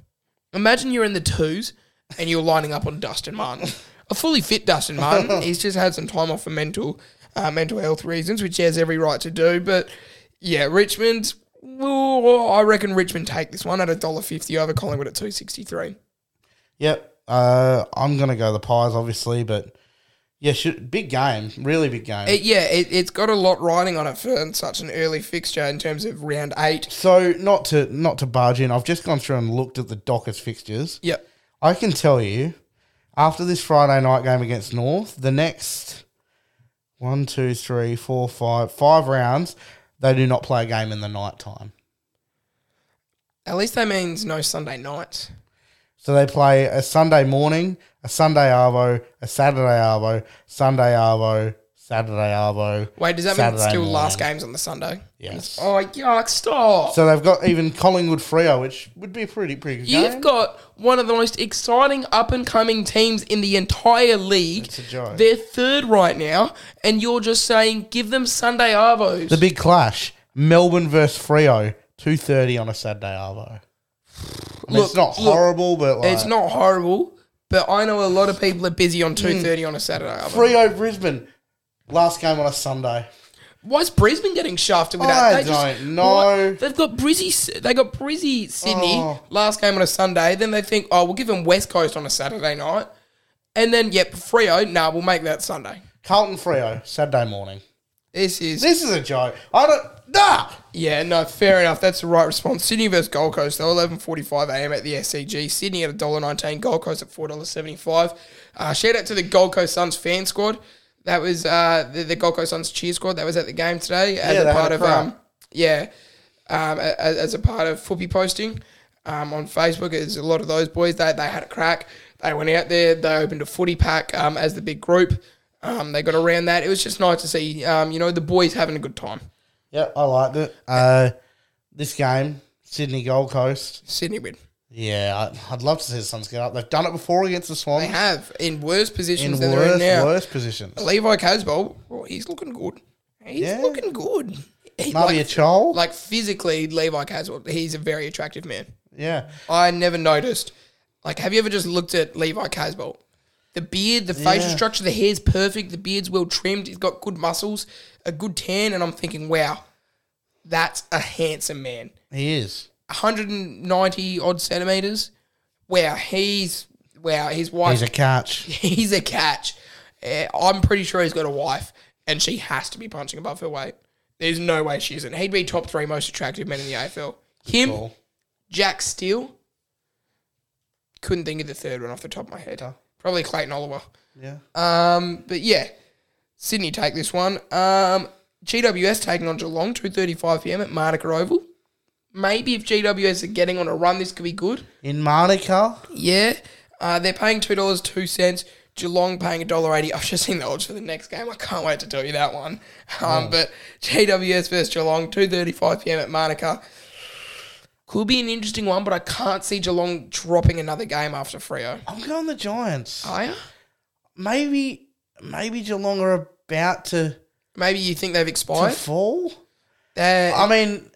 D: Imagine you're in the twos and you're lining up on Dustin Martin, a fully fit Dustin Martin. He's just had some time off for mental uh, mental health reasons, which he has every right to do. But yeah, Richmond. Well, I reckon Richmond take this one at a dollar fifty over Collingwood at two sixty three.
E: Yep. Uh, I'm going to go the Pies, obviously, but yeah, should, big game. Really big game.
D: It, yeah, it, it's got a lot riding on it for such an early fixture in terms of round eight.
E: so not to not to barge in, I've just gone through and looked at the Dockers fixtures.
D: Yep.
E: I can tell you, after this Friday night game against North, the next one, two, three, four, five, five rounds, they do not play a game in the night time.
D: At least that means no Sunday nights.
E: So they play a Sunday morning, a Sunday arvo, a Saturday arvo, Sunday arvo, Saturday arvo.
D: Wait, does that mean
E: Saturday
D: it's still last
E: morning.
D: games on the Sunday?
E: Yes.
D: Oh, yuck, stop.
E: So they've got even Collingwood Freo, which would be a pretty pretty good game.
D: You've got one of the most exciting up and coming teams in the entire league.
E: a joke.
D: They're third right now, and you're just saying give them Sunday Arvos.
E: the big clash: Melbourne versus Freo, two thirty on a Saturday arvo. I mean, it's
D: Look,
E: not
D: look,
E: horrible, but like,
D: it's not horrible, but I know a lot of people are busy
E: Mm.
D: on 2.30 on a Saturday Arvo.
E: Frio Brisbane. Last game on a Sunday.
D: Why's Brisbane getting shafted with
E: I
D: that?
E: don't know.
D: What? They've got Brizzy. They got Brizzy Sydney
E: Oh.
D: last game on a Sunday. Then they think, oh, we'll give them West Coast on a Saturday night, and then yep, Frio. Nah, we'll make that Sunday.
E: Carlton Frio, Saturday morning.
D: This is
E: This is a joke. I don't. Nah!
D: yeah, no, fair enough. That's the right response. Sydney versus Gold Coast though, eleven forty-five a.m. at the SCG. Sydney at $1.19, Gold Coast at four dollars seventy-five. Uh, shout out to the Gold Coast Suns fan squad. That was uh, the, the Gold Coast Suns cheer squad that was at the game today as
E: Yeah, they
D: a
E: had
D: part
E: a
D: of
E: crowd.
D: um, yeah, um, a- a- as a part of footy posting um, on Facebook. Is a lot of those boys they they had a crack. They went out there. They opened a footy pack um, as the big group. Um, they got around that. It was just nice to see, um, you know, the boys having a good time.
E: Yeah, I liked it. Uh, this game, Sydney Gold Coast.
D: Sydney win.
E: Yeah, I, I'd love to see the Suns get up. They've done it before against the
D: They
E: Swans.
D: have in worse positions
E: In
D: than they're in
E: worse,
D: now.
E: worse positions.
D: Levi Casbolt, oh, he's looking good. He's
E: Yeah.
D: looking good. He,
E: Maybe a
D: like,
E: child.
D: like physically, Levi Casbolt, he's a very attractive man.
E: yeah.
D: I never noticed. Like, have you ever just looked at Levi Casbolt? The beard, the facial
E: Yeah.
D: structure, the hair's perfect. The beard's well trimmed. He's got good muscles, a good tan, and I'm thinking, wow, that's a handsome man.
E: He is.
D: 190 odd centimeters. Wow, he's wow. His wife
E: He's a
D: [LAUGHS]
E: catch.
D: he's a catch. Eh, I'm pretty sure he's got a wife, and she has to be punching above her weight. There's no way she isn't. He'd be top three most attractive men in the AFL. Him,
E: call.
D: Jack Steele. Couldn't think of the third one off the top of my head. Probably Clayton Oliver.
E: Yeah.
D: Um, but yeah, Sydney take this one. Um, GWS taking on Geelong, 2.35 p.m. at Marnica Oval. Maybe if GWS are getting on a run, this could be good.
E: In Monica,
D: Yeah. Uh, they're paying two dollars two cents. Geelong paying $1.80. I've just seen the odds for the next game. I can't wait to tell you that one. Um, But GWS versus Geelong, two thirty-five PM at Manuka. Could be an interesting one, but I can't see Geelong dropping another game after Frio.
E: I'm going the Giants.
D: Higher?
E: Maybe, maybe Geelong are about to,
D: Maybe you think they've
E: to
D: expired?
E: fall.
D: Uh,
E: I mean,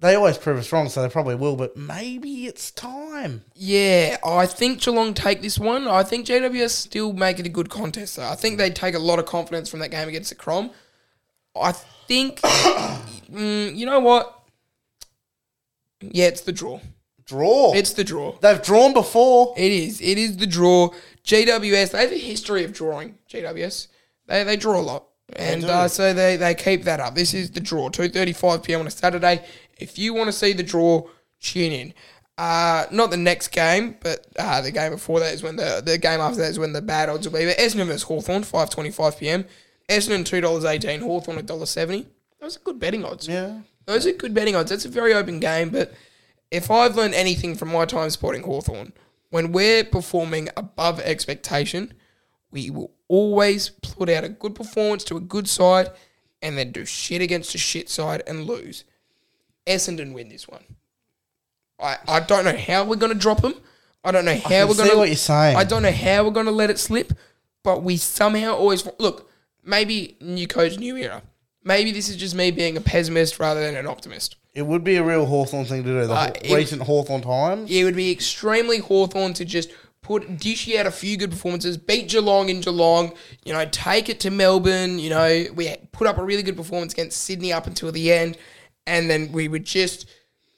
E: they always prove us wrong, so they probably will, but maybe it's time.
D: Yeah, I think Geelong take this one. I think JWS still make it a good contest, though. I think they take a lot of confidence from that game [COUGHS] against the Crom. I think, mm, you know what? Yeah, it's the draw.
E: Draw.
D: It's the draw.
E: They've drawn before.
D: It is. It is the draw. GWS, they have a history of drawing. GWS, they, they draw a lot. And uh, so they, they keep that up. This is the draw, 2.35 p.m. on a Saturday. If you want to see the draw, tune in. Uh, not the next game, but uh, the game before that is when the, the game after that is when the bad odds will be. But Essendon versus Hawthorn, 5.25 p.m. Essendon, $2.18. Hawthorn, $1.70. Those are good betting odds.
E: Yeah.
D: Those are good betting odds. That's a very open game, but if I've learned anything from my time supporting Hawthorn, when we're performing above expectation, we will always put out a good performance to a good side and then do shit against a shit side and lose. Essendon win this one. I, I don't know how we're going to drop them. I don't know how
E: can
D: we're
E: see
D: going to.
E: what you're saying.
D: I don't know how we're going to let it slip, but we somehow always look. Maybe new coach, new era. Maybe this is just me being a pessimist rather than an optimist.
E: It would be a real Hawthorn thing to do. The
D: Uh,
E: Haw-
D: it-
E: recent Hawthorn times.
D: It would be extremely Hawthorn to just put dish out a few good performances, beat Geelong in Geelong, you know, take it to Melbourne, you know, we put up a really good performance against Sydney up until the end, and then we would just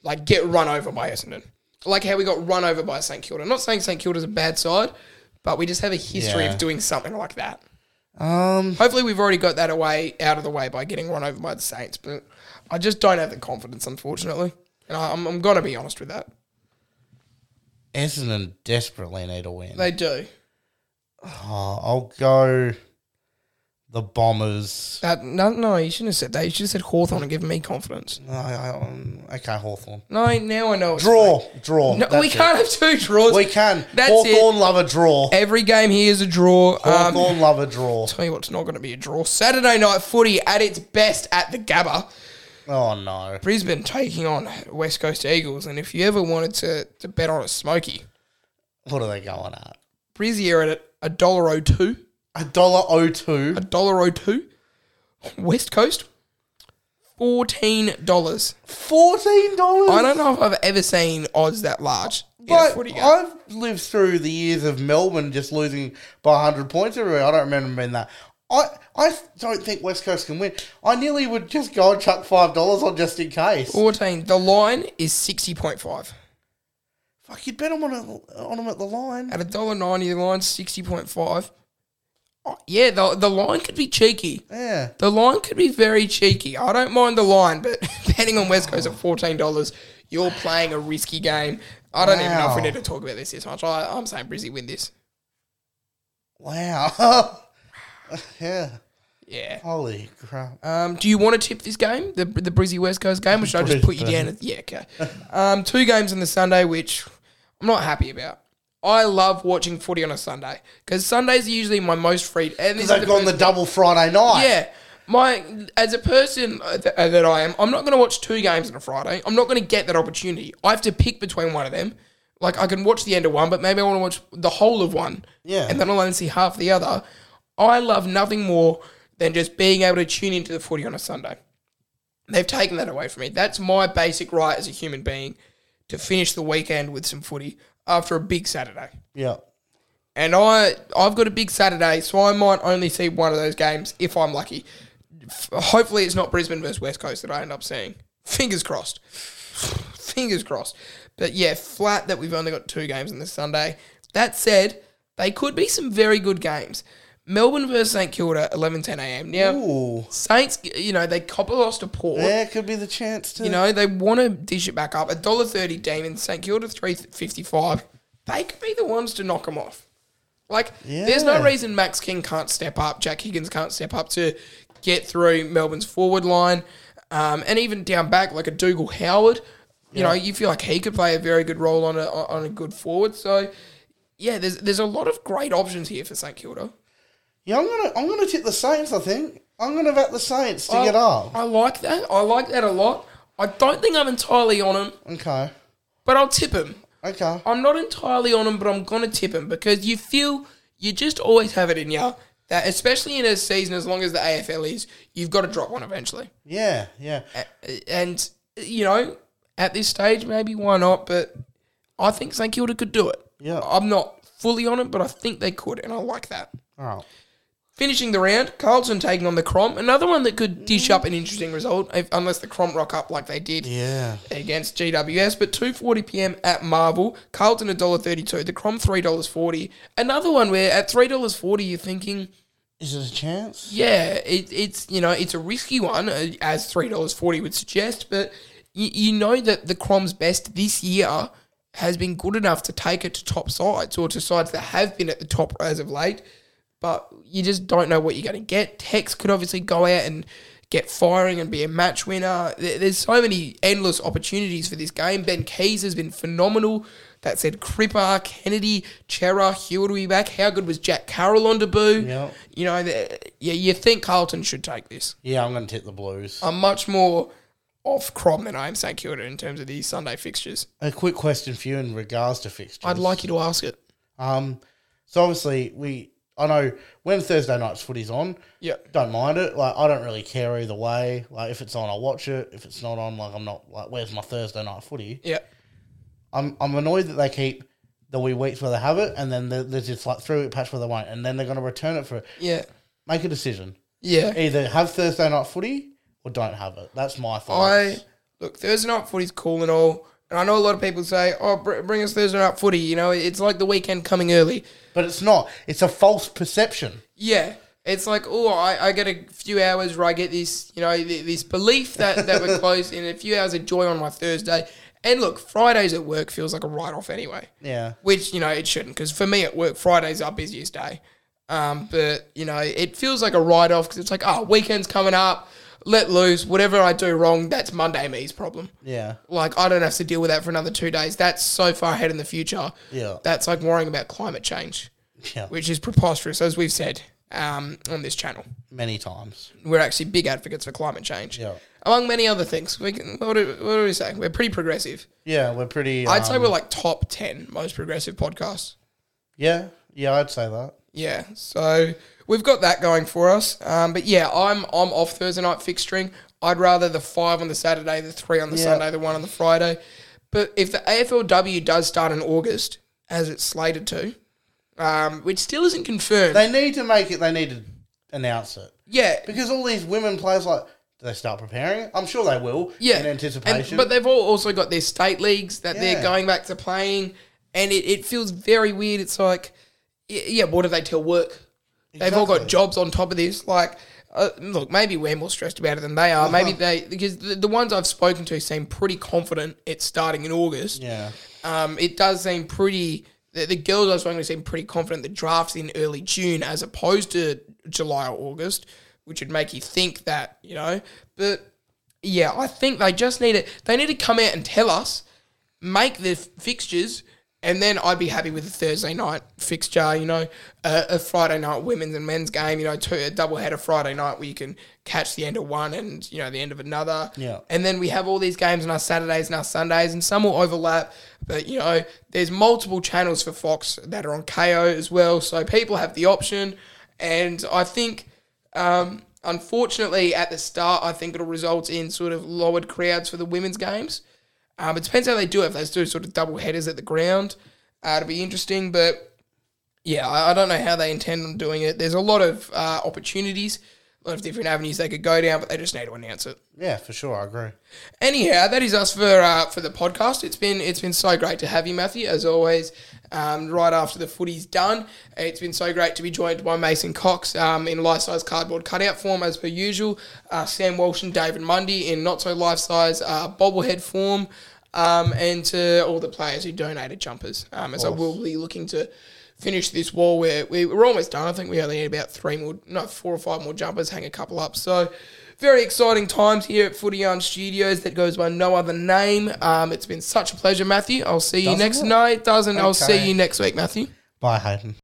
D: like get run over by Essendon. Like how we got run over by St Kilda. Not saying St Kilda's a bad side, but we just have a history
E: Yeah.
D: of doing something like that.
E: Um,
D: Hopefully we've already got that away out of the way by getting run over by the Saints, but I just don't have the confidence, unfortunately. And I, I'm, I'm gonna be honest with that.
E: Essendon desperately need a win.
D: They do.
E: Uh, I'll go. The Bombers.
D: That no, no, you shouldn't have said that. You should have said Hawthorn and given me confidence.
E: No, I, I, um, okay, Hawthorn.
D: No, now I know. It's
E: Draw, draw.
D: No,
E: That's
D: we
E: it.
D: can't have two draws.
E: We can.
D: That's
E: Hawthorn
D: it.
E: love a draw.
D: Every game here is a draw. Um,
E: Hawthorn love a draw.
D: tell you what's not going to be a draw. Saturday night footy at its best at the Gabba.
E: Oh no.
D: Brisbane taking on West Coast Eagles, and if you ever wanted to, to bet on a smoky,
E: What are they going at?
D: Brizzy are at a dollar oh two,
E: A dollar oh two.
D: a dollar oh two. West Coast, fourteen dollars.
E: Fourteen dollars.
D: I don't know if I've ever seen odds that large. in a
E: But
D: footy game.
E: I've lived through the years of Melbourne just losing by hundred points everywhere. I don't remember being that. I, I don't think West Coast can win. I nearly would just go and chuck five dollars on just in case.
D: 14. The line is 60.5.
E: Fuck, you'd bet on a, on them at the line.
D: At $1.90, the line's 60.5. Oh, yeah, the, the line could be cheeky.
E: Yeah,
D: The line could be very cheeky. I don't mind the line, but [LAUGHS] betting on West Coast at $14, you're playing a risky game. I don't even know if we
E: Wow.
D: need to talk about this this much. I, I'm saying Brizzy win this.
E: wow. [LAUGHS] yeah,
D: Yeah.
E: holy crap.
D: Um, do you want to tip this game, the the Brizzy West Coast game, or should I just put you down? As, yeah, okay. Um, two games on the Sunday, which I'm not happy about. I love watching footy on a Sunday because Sundays are usually my most free. And this is
E: They've gone the
D: first-
E: double Friday night.
D: yeah. My as a person uh, th- uh, that I am, I'm not going to watch two games on a Friday. I'm not going to get that opportunity. I have to pick between one of them. Like I can watch the end of one, but maybe I want to watch the whole of one.
E: Yeah.
D: And then I'll only see half the other. I love nothing more than just being able to tune into the footy on a Sunday. They've taken that away from me. That's my basic right as a human being to finish the weekend with some footy after a big Saturday.
E: yeah.
D: And I I've got a big Saturday, so I might only see one of those games if I'm lucky. F- hopefully, it's not Brisbane versus West Coast that I end up seeing. Fingers crossed. [SIGHS] Fingers crossed. But yeah, flat that we've only got two games on this Sunday. That said, they could be some very good games. Melbourne versus St Kilda, 11:10 a.m. Now,
E: Ooh,
D: Saints, you know, they copper lost to Port.
E: there could be the chance to.
D: You know, they want to dish it back up. A dollar thirty Demons, St Kilda three fifty five. They could be the ones to knock them off. Like, there's no
E: Yeah.
D: reason Max King can't step up, Jack Higgins can't step up to get through Melbourne's forward line, um, and even down back like a Dougal Howard. You know, you feel like he could play a very good role on a on a good forward. So, yeah, there's there's a lot of great options here for St Kilda.
E: yeah, I'm gonna, I'm gonna tip the Saints. I think I'm gonna bet the Saints to
D: I-
E: get up.
D: I like that. I like that a lot. I don't think I'm entirely on him,
E: Okay,
D: but I'll tip him.
E: okay.
D: I'm not entirely on him, but I'm gonna tip him because you feel you just always have it in you that, especially in a season as long as the AFL is, you've got to drop one eventually.
E: Yeah, yeah.
D: And you know, at this stage, maybe why not? But I think St Kilda could do it.
E: Yeah.
D: I'm not fully on it, but I think they could, and I like that.
E: All right.
D: Finishing the round, Carlton taking on the Crom. Another one that could dish up an interesting result, if, unless the Crom rock up like they did
E: Yeah.
D: against GWS. But 2.40 p.m. at Marvel, Carlton $1.32, the Crom $3.40. Another one where at $3.40 you're thinking,
E: Is it a chance?
D: yeah, it, it's you know it's a risky one uh, as three dollars forty would suggest, but you, you know that the Crom's best this year has been good enough to take it to top sides or to sides that have been at the top as of late, but you just don't know what you're going to get. Tex could obviously go out and get firing and be a match winner. There- There's so many endless opportunities for this game. Ben Keys has been phenomenal. That said, Cripper, Kennedy, Chera, Hewitt will be back. How good was Jack Carroll on debut?
E: Yep.
D: You know, the, yeah, you think Carlton should take this.
E: Yeah, I'm going to tip the Blues.
D: I'm much more off Crom than I am St Kilda in terms of these Sunday fixtures.
E: a quick question for you in regards to fixtures.
D: I'd like you to ask it.
E: Um, so obviously we, I know when Thursday night's footy's on,
D: Yeah.
E: don't mind it. Like I don't really care either way. Like if it's on, I watch it. If it's not on, like I'm not like, where's my Thursday night footy?
D: Yeah.
E: I'm I'm annoyed that they keep the wee weeks where they have it, and then there- there's just like three week patch where they won't, and then they're going to return it for it.
D: Yeah.
E: Make a decision.
D: Yeah.
E: Either have Thursday night footy or don't have it. That's my
D: I
E: thoughts.
D: look Thursday night footy's cool and all, and I know a lot of people say, "Oh, br- bring us Thursday night footy." You know, it's like the weekend coming early.
E: but it's not. It's a false perception.
D: Yeah, it's like, oh, I, I get a few hours where I get this, you know, th- this belief that that [LAUGHS] we're close, and a few hours of joy on my Thursday. And look, Fridays at work feels like a write off anyway.
E: Yeah.
D: which you know it shouldn't because for me at work Friday's our busiest day. Um, but you know it feels like a write off because it's like oh weekend's coming up, let loose whatever I do wrong that's Monday me's problem.
E: Yeah.
D: Like I don't have to deal with that for another two days. That's so far ahead in the future.
E: Yeah.
D: that's like worrying about climate change,
E: Yeah.
D: which is preposterous as we've said um, on this channel.
E: Many times.
D: We're actually big advocates for climate change,
E: Yeah.
D: among many other things. We can, what, do, what do we say? We're pretty progressive.
E: Yeah, we're pretty.
D: I'd say
E: um,
D: we're like top ten most progressive podcasts.
E: Yeah, yeah, I'd say that.
D: Yeah, so we've got that going for us. Um, but yeah, I'm I'm off Thursday night fixturing. I'd rather the five on the Saturday, the three on the
E: Yeah.
D: Sunday, the one on the Friday. But if the AFLW does start in August, as it's slated to, um, which still isn't confirmed,
E: They need to make it. They need to announce it
D: yeah,
E: because all these women players, like, do they start preparing? I'm sure they will.
D: yeah,
E: in
D: And-
E: anticipation.
D: but they've all also got their state leagues that
E: Yeah.
D: they're going back to playing, and it, it feels very weird. It's like, y- yeah, what do they tell work? They've all got
E: Exactly.
D: jobs on top of this. Like, uh, look, maybe we're more stressed about it than they are.
E: Uh-huh.
D: Maybe they because the, the ones I've spoken to seem pretty confident it's starting in August.
E: yeah,
D: Um, it does seem pretty. The, the girls I've spoken to seem pretty confident the draft's in early June as opposed to July or August, which would make you think that you know. But yeah, I think they just need it. They need to come out and tell us, make the f- fixtures, and then I'd be happy with a Thursday night fixture. You know, a, a Friday night women's and men's game. You know, two, a double header Friday night where you can catch the end of one and you know the end of another.
E: Yeah.
D: And then we have all these games on our Saturdays and our Sundays, and some will overlap. But you know, there's multiple channels for Fox that are on KO as well, so people have the option. And I think, um, unfortunately, at the start, I think it'll result in sort of lowered crowds for the women's games. Um, it depends how they do it. If they do sort of double headers at the ground, uh, it'll be interesting. But yeah, I, I don't know how they intend on doing it. There's a lot of uh, opportunities, a lot of different avenues they could go down, but they just need to announce it.
E: yeah, for sure, I agree.
D: Anyhow, that is us for uh, for the podcast. It's been it's been so great to have you, Matthew, as always. Um, right after the footy's done, it's been so great to be joined by Mason Cox um, in life size cardboard cutout form as per usual. Uh, Sam Walsh and David Mundy in not so life size uh, bobblehead form, um, and to all the players who donated jumpers. Um, as I will be looking to finish this wall where we, we're almost done. I think we only need about three more, no, four or five more jumpers, hang a couple up. So very exciting times here at Footy Yarn Studios that goes by no other name. Um, it's been such a pleasure, Matthew. I'll see you
E: Doesn't
D: next
E: it?
D: night. Doesn't I'll see
E: Okay.
D: you next week, Matthew.
E: Bye, Hayden.